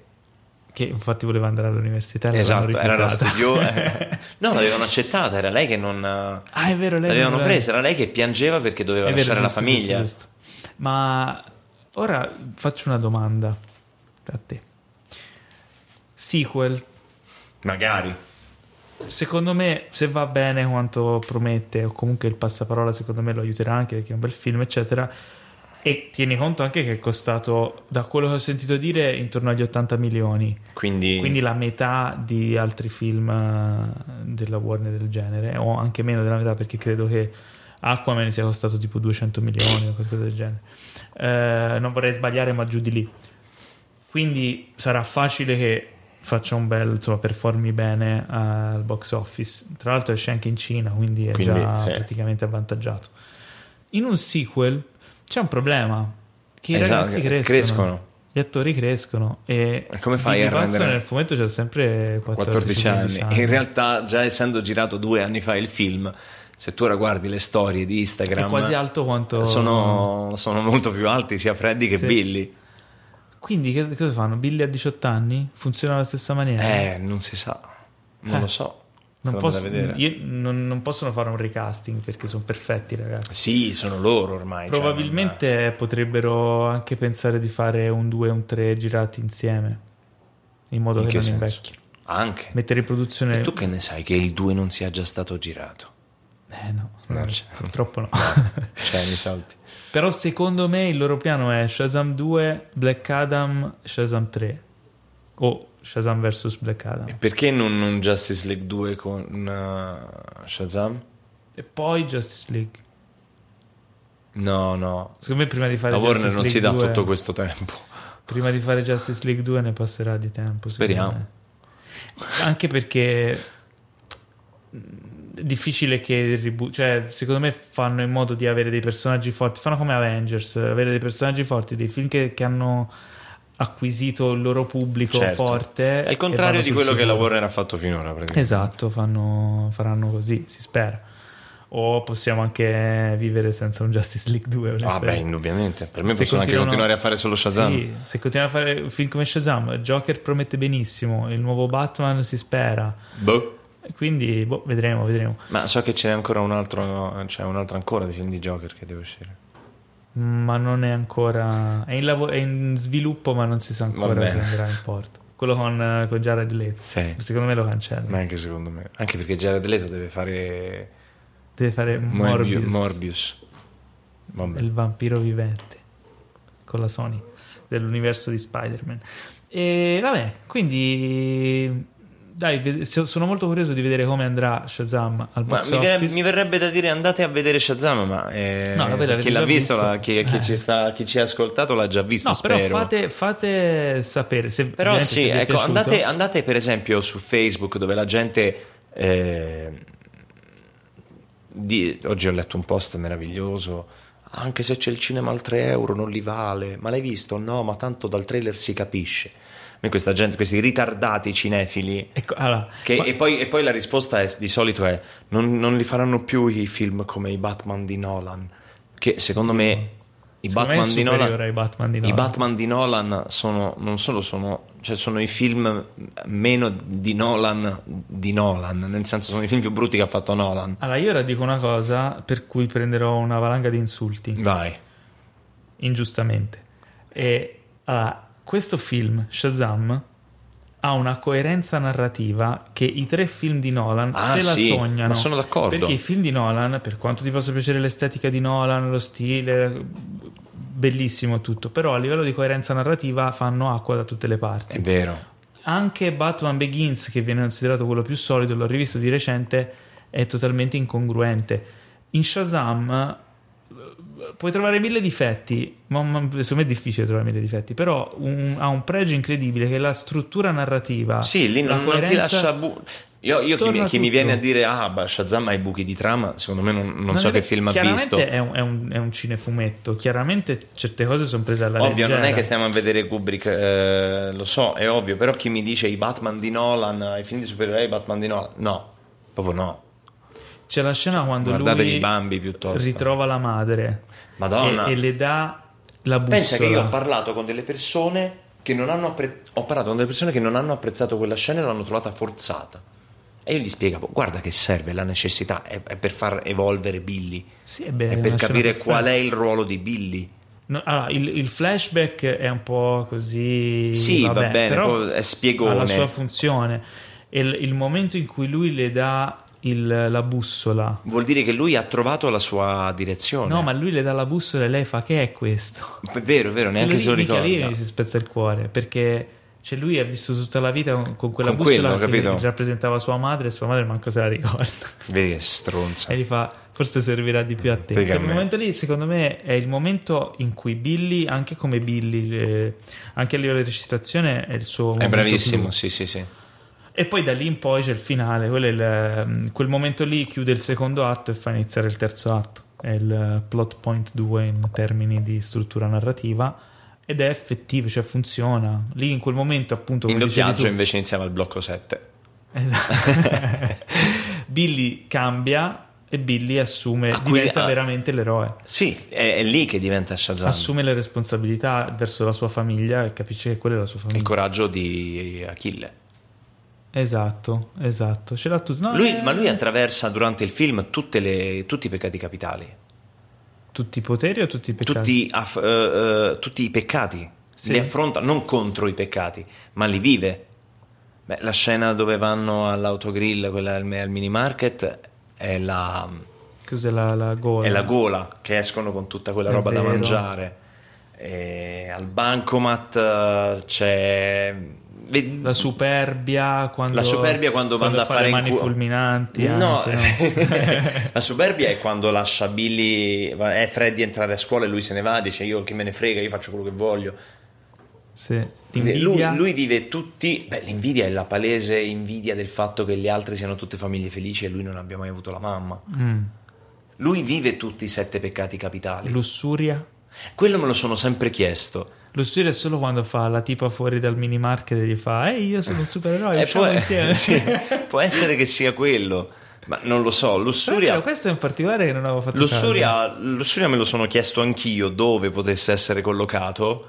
Speaker 1: che infatti voleva andare all'università. e l'avevano
Speaker 2: Esatto, era la
Speaker 1: rifiutata.
Speaker 2: studio. eh. No, l'avevano accettata, era lei che non. eh,
Speaker 1: Ah, è vero, lei
Speaker 2: L'avevano
Speaker 1: non-
Speaker 2: presa, era lei che piangeva perché
Speaker 1: È
Speaker 2: doveva
Speaker 1: vero,
Speaker 2: lasciare la
Speaker 1: giusto, giusto,
Speaker 2: famiglia.
Speaker 1: giusto. Ma ora faccio una domanda a te. Sequel,
Speaker 2: Magari.
Speaker 1: secondo me se va bene quanto promette, o comunque il passaparola secondo me lo aiuterà anche perché è un bel film, eccetera. E tieni conto anche che è costato, da quello che ho sentito dire, intorno agli 80 milioni.
Speaker 2: Quindi,
Speaker 1: Quindi la metà di altri film eh, della Warner del genere, o anche meno della metà, perché credo che Aquaman sia costato tipo 200 milioni o qualcosa del genere. Eh, non vorrei sbagliare, ma giù di lì. Quindi sarà facile che faccia un bel, insomma, performi bene al box office. Tra l'altro esce anche in Cina, quindi è
Speaker 2: Quindi,
Speaker 1: già
Speaker 2: eh.
Speaker 1: praticamente avvantaggiato. In un sequel c'è un problema, che i
Speaker 2: Esatto,
Speaker 1: ragazzi
Speaker 2: che
Speaker 1: crescono.
Speaker 2: crescono.
Speaker 1: Gli attori crescono e
Speaker 2: E come fai
Speaker 1: Billy
Speaker 2: a
Speaker 1: Batson
Speaker 2: rendere-
Speaker 1: nel fumetto c'è sempre 14,
Speaker 2: 14 anni.
Speaker 1: 15
Speaker 2: E in realtà, già essendo girato due anni fa il film, se tu ora guardi le storie di Instagram,
Speaker 1: è quasi alto quanto
Speaker 2: sono, sono molto più alti sia Freddy che
Speaker 1: Sì.
Speaker 2: Billy.
Speaker 1: Quindi che cosa fanno? Billy a 18 anni funziona alla stessa maniera?
Speaker 2: Eh, non si sa, non
Speaker 1: Eh.
Speaker 2: lo so.
Speaker 1: non,
Speaker 2: Sarebbe
Speaker 1: posso-
Speaker 2: da vedere.
Speaker 1: io- non- non possono fare un recasting perché sono perfetti, ragazzi.
Speaker 2: Sì, sono loro ormai. cioè,
Speaker 1: Probabilmente
Speaker 2: non-
Speaker 1: potrebbero anche pensare di fare un 2 e un 3 girati insieme in modo
Speaker 2: in
Speaker 1: che,
Speaker 2: che
Speaker 1: non
Speaker 2: senso?
Speaker 1: invecchi.
Speaker 2: Anche.
Speaker 1: Mettere in produzione
Speaker 2: E tu che ne sai che il 2 non sia già stato girato?
Speaker 1: Eh no,
Speaker 2: No,
Speaker 1: no,
Speaker 2: c'è-
Speaker 1: purtroppo no.
Speaker 2: Cioè, mi salti.
Speaker 1: Però secondo me il loro piano è Shazam 2, Black Adam, Shazam 3. O Shazam vs Black Adam.
Speaker 2: Perché non, non Justice League 2 con eh, Shazam?
Speaker 1: E poi Justice League.
Speaker 2: No, no.
Speaker 1: Secondo me prima di fare
Speaker 2: La Warner
Speaker 1: Justice
Speaker 2: non si
Speaker 1: League
Speaker 2: dà
Speaker 1: 2,
Speaker 2: tutto questo tempo.
Speaker 1: Prima di fare Justice League 2 ne passerà di tempo. secondo
Speaker 2: Speriamo.
Speaker 1: me. Anche perché è difficile che il reboot, cioè secondo me fanno in modo di avere dei personaggi forti, fanno come Avengers, avere dei personaggi forti, dei film che, che hanno acquisito il loro pubblico
Speaker 2: Certo.
Speaker 1: forte.
Speaker 2: È
Speaker 1: e
Speaker 2: il contrario
Speaker 1: vanno
Speaker 2: di
Speaker 1: sul
Speaker 2: quello che la
Speaker 1: sicuro.
Speaker 2: Warner ha fatto finora. praticamente.
Speaker 1: Esatto, fanno- faranno così, si spera. O possiamo anche vivere senza un Justice League 2.
Speaker 2: Ah, beh,
Speaker 1: onestamente.
Speaker 2: indubbiamente. Per me
Speaker 1: Se
Speaker 2: possono anche
Speaker 1: continuano-
Speaker 2: continuare a fare solo Shazam.
Speaker 1: Sì, se continuano a fare un film come Shazam, Joker promette benissimo, il nuovo Batman si spera.
Speaker 2: Boh.
Speaker 1: Quindi, boh, vedremo, vedremo.
Speaker 2: Ma so che ce n'è ancora un altro, c'è un altro ancora di film di Joker che deve uscire.
Speaker 1: Ma non è ancora... È in, lavo- è in sviluppo, ma non si sa ancora se
Speaker 2: bene.
Speaker 1: andrà in porto. Quello con, eh, con Jared Leto.
Speaker 2: Sì.
Speaker 1: Secondo me lo cancella.
Speaker 2: Ma anche secondo me. Anche perché Jared Leto deve fare
Speaker 1: Deve fare Morbius.
Speaker 2: Morbius. Morbius. Vabbè.
Speaker 1: il vampiro vivente con la Sony dell'universo di Spider-Man. E vabbè, quindi dai, ved- so- sono molto curioso di vedere come andrà Shazam al
Speaker 2: Ma
Speaker 1: box
Speaker 2: mi, verrebbe,
Speaker 1: office.
Speaker 2: mi verrebbe da dire andate a vedere Shazam, ma eh,
Speaker 1: No, vabbè, l'avete
Speaker 2: chi l'ha
Speaker 1: già
Speaker 2: visto,
Speaker 1: visto.
Speaker 2: la- chi, chi
Speaker 1: Eh.
Speaker 2: ci sta- chi ci ha ascoltato l'ha già visto,
Speaker 1: No, però
Speaker 2: spero.
Speaker 1: fate, fate sapere se
Speaker 2: Però
Speaker 1: ovviamente, se
Speaker 2: sì,
Speaker 1: vi è
Speaker 2: ecco,
Speaker 1: piaciuto.
Speaker 2: andate, andate per esempio su Facebook dove la gente... eh, di- oggi ho letto un post meraviglioso. Anche se c'è il cinema al 3 euro non li vale. Ma l'hai visto? No, ma tanto dal trailer si capisce. A me questa gente, questi ritardati cinefili...
Speaker 1: Ecco, allora,
Speaker 2: Che-
Speaker 1: ma-
Speaker 2: e, poi, e poi la risposta è- di solito è: non, non li faranno più i film come i Batman di Nolan. Che secondo me i
Speaker 1: secondo me
Speaker 2: Batman,
Speaker 1: è
Speaker 2: di
Speaker 1: superiore
Speaker 2: Nolan,
Speaker 1: ai Batman di
Speaker 2: i
Speaker 1: Nolan.
Speaker 2: Batman di Nolan sono non solo sono, cioè sono i film meno di Nolan di Nolan, nel senso sono i film più brutti che ha fatto Nolan.
Speaker 1: Allora, io ora dico una cosa per cui prenderò una valanga di insulti.
Speaker 2: Vai,
Speaker 1: ingiustamente. E allora, questo film, Shazam, ha una coerenza narrativa che i tre film di Nolan
Speaker 2: Ah,
Speaker 1: se la
Speaker 2: sì,
Speaker 1: sognano.
Speaker 2: ma sono d'accordo.
Speaker 1: Perché i film di Nolan, per quanto ti possa piacere l'estetica di Nolan, lo stile, bellissimo tutto, però a livello di coerenza narrativa fanno acqua da tutte le parti
Speaker 2: è vero.
Speaker 1: anche Batman Begins, che viene considerato quello più solido, l'ho rivisto di recente, è totalmente incongruente. In Shazam eh, puoi trovare mille difetti, ma, ma secondo me è difficile trovare mille difetti, però un- ha un pregio incredibile che è la struttura narrativa,
Speaker 2: Sì, lì
Speaker 1: Ah, la
Speaker 2: non, non ti
Speaker 1: coerenza-
Speaker 2: lascia. bu- io io chi, mi,
Speaker 1: Torna
Speaker 2: chi mi
Speaker 1: tutto.
Speaker 2: viene a dire ah, bah, Shazam ha i buchi di trama, secondo me non, non
Speaker 1: Non
Speaker 2: so
Speaker 1: è-
Speaker 2: che film ha
Speaker 1: chiaramente
Speaker 2: visto.
Speaker 1: È un, è un- è un cinefumetto, chiaramente certe cose sono prese alla
Speaker 2: Ovvio, non è
Speaker 1: leggera.
Speaker 2: che stiamo a vedere Kubrick, eh, lo so, è ovvio, però chi mi dice i Batman di Nolan, i film di supereroi Batman di Nolan, no, proprio no.
Speaker 1: C'è la scena quando
Speaker 2: Cioè, Guardatevi
Speaker 1: lui
Speaker 2: i Bambi piuttosto.
Speaker 1: ritrova la madre
Speaker 2: Madonna.
Speaker 1: e, e le dà la bussola.
Speaker 2: Pensa che io ho parlato con delle persone che non hanno appre- ho parlato con delle persone che non hanno apprezzato quella scena e l'hanno trovata forzata. E io gli spiegavo, guarda che serve la necessità, è, è per far evolvere Billy,
Speaker 1: Sì, è, beh,
Speaker 2: è per capire qual è il ruolo di Billy.
Speaker 1: No, allora, il, il flashback è un po' così.
Speaker 2: Sì, va bene,
Speaker 1: però
Speaker 2: poi è spiegone.
Speaker 1: Ha la sua funzione. E il, il momento in cui lui le dà il- la bussola.
Speaker 2: Vuol dire che lui ha trovato la sua direzione.
Speaker 1: No, ma lui le dà la bussola e lei fa: Che è questo?
Speaker 2: È vero, è vero,
Speaker 1: E
Speaker 2: neanche
Speaker 1: lui-
Speaker 2: se lo
Speaker 1: mica
Speaker 2: ricorda.
Speaker 1: lì mi si spezza il cuore perché. cioè, lui ha vissuto tutta la vita con con quella
Speaker 2: Con
Speaker 1: bussola
Speaker 2: quello,
Speaker 1: che
Speaker 2: capito?
Speaker 1: rappresentava sua madre e sua madre manco se la ricorda.
Speaker 2: Vedi che stronza.
Speaker 1: Certo. e gli fa forse servirà di più a te
Speaker 2: Perché a
Speaker 1: quel
Speaker 2: me?
Speaker 1: momento lì secondo me è il momento in cui Billy anche come Billy eh, anche a livello di recitazione è il suo
Speaker 2: È
Speaker 1: momento
Speaker 2: bravissimo,
Speaker 1: più-
Speaker 2: sì, sì, sì.
Speaker 1: e poi da lì in poi c'è il finale quello è il, ehm, quel momento lì chiude il secondo atto e fa iniziare il terzo atto è il eh, plot point 2 in termini di struttura narrativa ed è effettivo cioè funziona lì in quel momento appunto
Speaker 2: In
Speaker 1: come dicevi
Speaker 2: doppiaggio
Speaker 1: tu-
Speaker 2: invece iniziava il blocco 7.
Speaker 1: Esatto. Billy cambia e Billy assume,
Speaker 2: Ah, quindi-
Speaker 1: diventa
Speaker 2: ah.
Speaker 1: veramente l'eroe.
Speaker 2: Sì, è, è lì che diventa Shazam.
Speaker 1: Assume le responsabilità verso la sua famiglia e capisce che quella è la sua
Speaker 2: il
Speaker 1: famiglia.
Speaker 2: coraggio di Achille.
Speaker 1: Esatto, esatto. Ce l'ha tutto. No,
Speaker 2: Lui-
Speaker 1: eh,
Speaker 2: ma lui attraversa durante il film tutte le- tutti i peccati capitali.
Speaker 1: Tutti i poteri o tutti i peccati?
Speaker 2: Tutti, aff- eh, eh, tutti i peccati.
Speaker 1: Sì.
Speaker 2: Li affronta non contro i peccati, ma li vive. Beh, la scena dove vanno all'autogrill, quella al, al mini market, è la,
Speaker 1: Cos'è la, la gola?
Speaker 2: è la gola che escono con tutta quella
Speaker 1: È
Speaker 2: roba da
Speaker 1: vero.
Speaker 2: mangiare. E al bancomat eh, c'è ve-
Speaker 1: La superbia quando,
Speaker 2: la superbia quando, manda
Speaker 1: fa
Speaker 2: a fare
Speaker 1: le
Speaker 2: in
Speaker 1: mani
Speaker 2: cu-
Speaker 1: fulminanti.
Speaker 2: No,
Speaker 1: anche,
Speaker 2: la superbia è quando lascia Billy, è Freddy entrare a scuola e lui se ne va, dice io chi me ne frega, io faccio quello che voglio.
Speaker 1: Sì.
Speaker 2: Lui,
Speaker 1: L'invidia.
Speaker 2: lui vive tutti, beh l'invidia è la palese invidia del fatto che gli altri siano tutte famiglie felici e lui non abbia mai avuto la mamma.
Speaker 1: Mm.
Speaker 2: Lui vive tutti i sette peccati capitali.
Speaker 1: Lussuria.
Speaker 2: Quello me lo sono sempre chiesto.
Speaker 1: Lussuria è solo quando fa la tipa fuori dal mini market e gli fa Ehi, io sono un supereroe,
Speaker 2: E
Speaker 1: usciamo
Speaker 2: Eh, può,
Speaker 1: insieme.
Speaker 2: sì, può essere che sia quello, ma non lo so.
Speaker 1: Però
Speaker 2: Lussuria,
Speaker 1: questo in particolare che non avevo fatto caso.
Speaker 2: Lussuria, Lussuria me lo sono chiesto anch'io dove potesse essere collocato.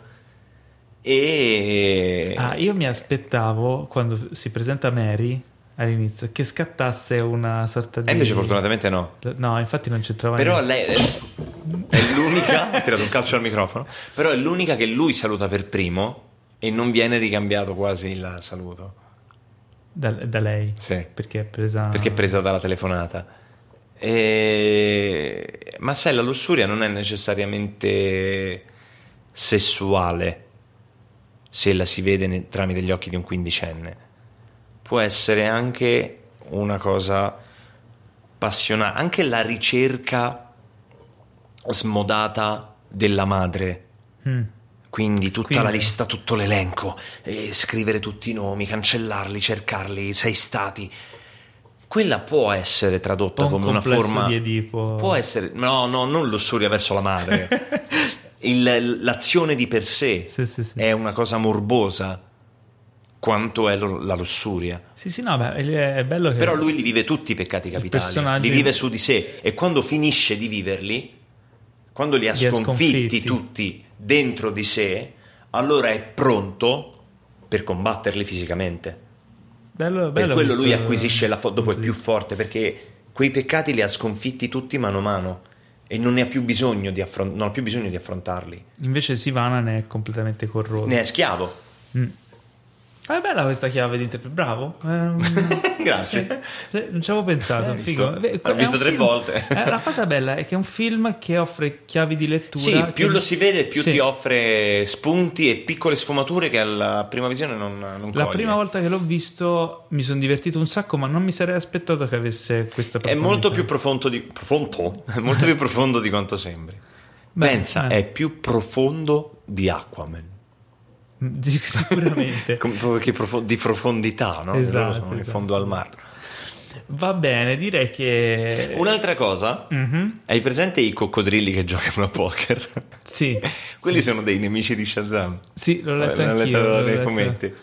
Speaker 2: E
Speaker 1: Ah, io mi aspettavo, quando si presenta Mary all'inizio, che scattasse una sorta di...
Speaker 2: E invece, fortunatamente, no.
Speaker 1: No, infatti non c'entrava
Speaker 2: Però
Speaker 1: niente.
Speaker 2: lei è l'unica. ha tirato un calcio al microfono. Però è l'unica che lui saluta per primo e non viene ricambiato quasi il saluto.
Speaker 1: Da, da lei.
Speaker 2: Sì.
Speaker 1: Perché è presa...
Speaker 2: perché è presa dalla telefonata. E- Ma sai, la lussuria non è necessariamente sessuale se la si vede ne- tramite gli occhi di un quindicenne. Può essere anche una cosa passionale, anche la ricerca smodata della madre.
Speaker 1: Mm.
Speaker 2: Quindi tutta
Speaker 1: Quindi-
Speaker 2: la lista, tutto l'elenco, eh, scrivere tutti i nomi, cancellarli, cercarli, sei stati. Quella può essere tradotta
Speaker 1: Un po' un
Speaker 2: come una
Speaker 1: complesso
Speaker 2: forma.
Speaker 1: di Edipo.
Speaker 2: Può essere. No, no, non lussuria verso la madre. Il- l'azione di per sé
Speaker 1: Sì, sì, sì.
Speaker 2: è una cosa morbosa quanto è lo- la lussuria.
Speaker 1: Sì, sì, no, beh, è è bello che...
Speaker 2: Però lui li vive tutti i peccati capitali,
Speaker 1: personaggio-
Speaker 2: li vive su di sé e quando finisce di viverli, quando li ha
Speaker 1: Li ha sconfitti.
Speaker 2: sconfitti tutti dentro di sé, allora è pronto per combatterli fisicamente.
Speaker 1: Bello, bello
Speaker 2: per quello
Speaker 1: questo-
Speaker 2: lui acquisisce la forza, dopo è
Speaker 1: punto
Speaker 2: più
Speaker 1: di-
Speaker 2: forte perché quei peccati li ha sconfitti tutti mano a mano e non ne ha più bisogno di, affron- non ha più bisogno di affrontarli.
Speaker 1: Invece Sivana ne è completamente corrotta.
Speaker 2: Ne è schiavo.
Speaker 1: Mm. Ah, È bella questa chiave di interpretazione, bravo. Ehm,
Speaker 2: Grazie.
Speaker 1: eh, non ci avevo pensato,
Speaker 2: Hai
Speaker 1: figo.
Speaker 2: visto?
Speaker 1: Beh,
Speaker 2: L'ho
Speaker 1: è un
Speaker 2: visto tre
Speaker 1: film-
Speaker 2: volte.
Speaker 1: eh, la cosa bella è che è un film che offre chiavi di lettura.
Speaker 2: Sì, più
Speaker 1: che-
Speaker 2: lo si vede, più
Speaker 1: Sì.
Speaker 2: ti offre spunti e piccole sfumature che alla prima visione non, non
Speaker 1: La
Speaker 2: coglie.
Speaker 1: prima volta che l'ho visto mi sono divertito un sacco, ma non mi sarei aspettato che avesse questa
Speaker 2: È
Speaker 1: profondità.
Speaker 2: molto più profondo di, profondo? È molto più profondo di quanto sembri.
Speaker 1: Beh,
Speaker 2: Pensa, ecco.
Speaker 1: eh,
Speaker 2: è più profondo di Aquaman.
Speaker 1: di- Sicuramente.
Speaker 2: Com- proprio che profo- di profondità, no?
Speaker 1: Esatto,
Speaker 2: Loro sono in
Speaker 1: esatto.
Speaker 2: fondo al mare.
Speaker 1: Va bene, direi che...
Speaker 2: Un'altra cosa,
Speaker 1: Mhm,
Speaker 2: hai presente i coccodrilli che giocano a poker?
Speaker 1: Sì,
Speaker 2: Quelli sono dei nemici di Shazam.
Speaker 1: sì, l'ho letto
Speaker 2: L'ho
Speaker 1: anch'io. l'ho
Speaker 2: nei
Speaker 1: letto.
Speaker 2: fumetti.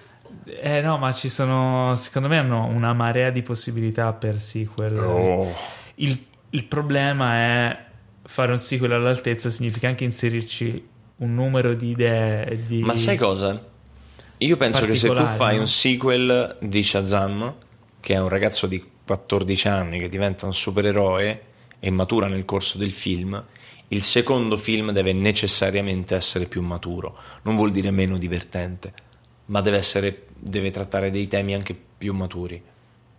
Speaker 1: Eh no, ma ci sono... Secondo me hanno una marea di possibilità per sequel.
Speaker 2: Oh.
Speaker 1: Il, il problema è fare un sequel all'altezza significa anche inserirci un numero di idee. e Di...
Speaker 2: Ma sai cosa? Io penso che se tu
Speaker 1: particolari,
Speaker 2: fai
Speaker 1: no?
Speaker 2: un sequel di Shazam, che è un ragazzo di 14 anni che diventa un supereroe e matura nel corso del film, il secondo film deve necessariamente essere più maturo. Non vuol dire meno divertente, ma deve, essere, deve trattare dei temi anche più maturi.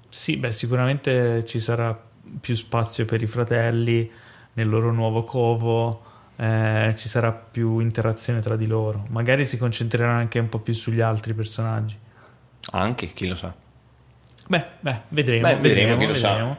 Speaker 1: Sì, beh, sicuramente ci sarà più spazio per i fratelli nel loro nuovo covo, eh, ci sarà più interazione tra di loro. Magari si concentreranno anche un po' più sugli altri personaggi.
Speaker 2: Anche, chi lo sa.
Speaker 1: Beh, beh, vedremo.
Speaker 2: Beh, vedremo, chi lo sa.
Speaker 1: vedremo.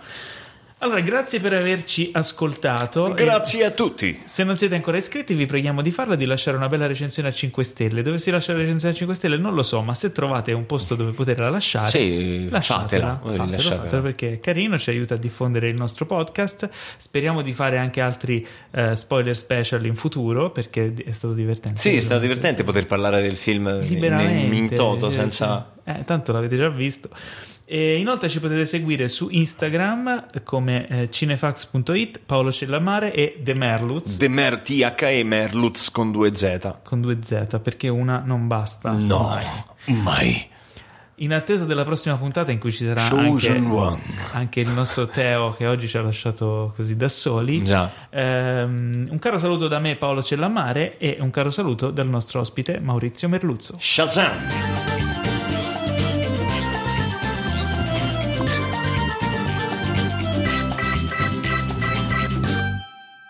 Speaker 1: Allora, grazie per averci ascoltato. e-
Speaker 3: Grazie a tutti.
Speaker 1: Se non siete ancora iscritti, vi preghiamo di farlo e di lasciare una bella recensione a 5 stelle. Dove si lascia la recensione a 5 stelle? Non lo so, ma se trovate un posto dove poterla lasciare,
Speaker 2: Sì,
Speaker 1: lasciatela,
Speaker 2: fatela, voi
Speaker 1: fatelo,
Speaker 2: lasciatela.
Speaker 1: fatelo perché è carino, ci aiuta a diffondere il nostro podcast. Speriamo di fare anche altri eh, spoiler special in futuro perché è stato divertente.
Speaker 2: Sì, è stato divertente poter parlare del film in,
Speaker 1: Liberamente,
Speaker 2: in toto,
Speaker 1: sì,
Speaker 2: senza...
Speaker 1: sì. Eh, tanto l'avete già visto. E inoltre ci potete seguire su Instagram come eh, cinefax.it, Paolo Cellamare e The Merluz.
Speaker 2: Demer THE Merluz con due Z.
Speaker 1: con due Z perché una non basta.
Speaker 3: No,
Speaker 1: Mai.
Speaker 3: mai.
Speaker 1: In attesa della prossima puntata in cui ci sarà
Speaker 3: Chosen
Speaker 1: anche,
Speaker 3: one.
Speaker 1: anche il nostro Teo che oggi ci ha lasciato così da soli.
Speaker 2: Già.
Speaker 1: Ehm, un caro saluto da me Paolo Cellamare e un caro saluto dal nostro ospite Maurizio Merluzzo.
Speaker 2: Shazam!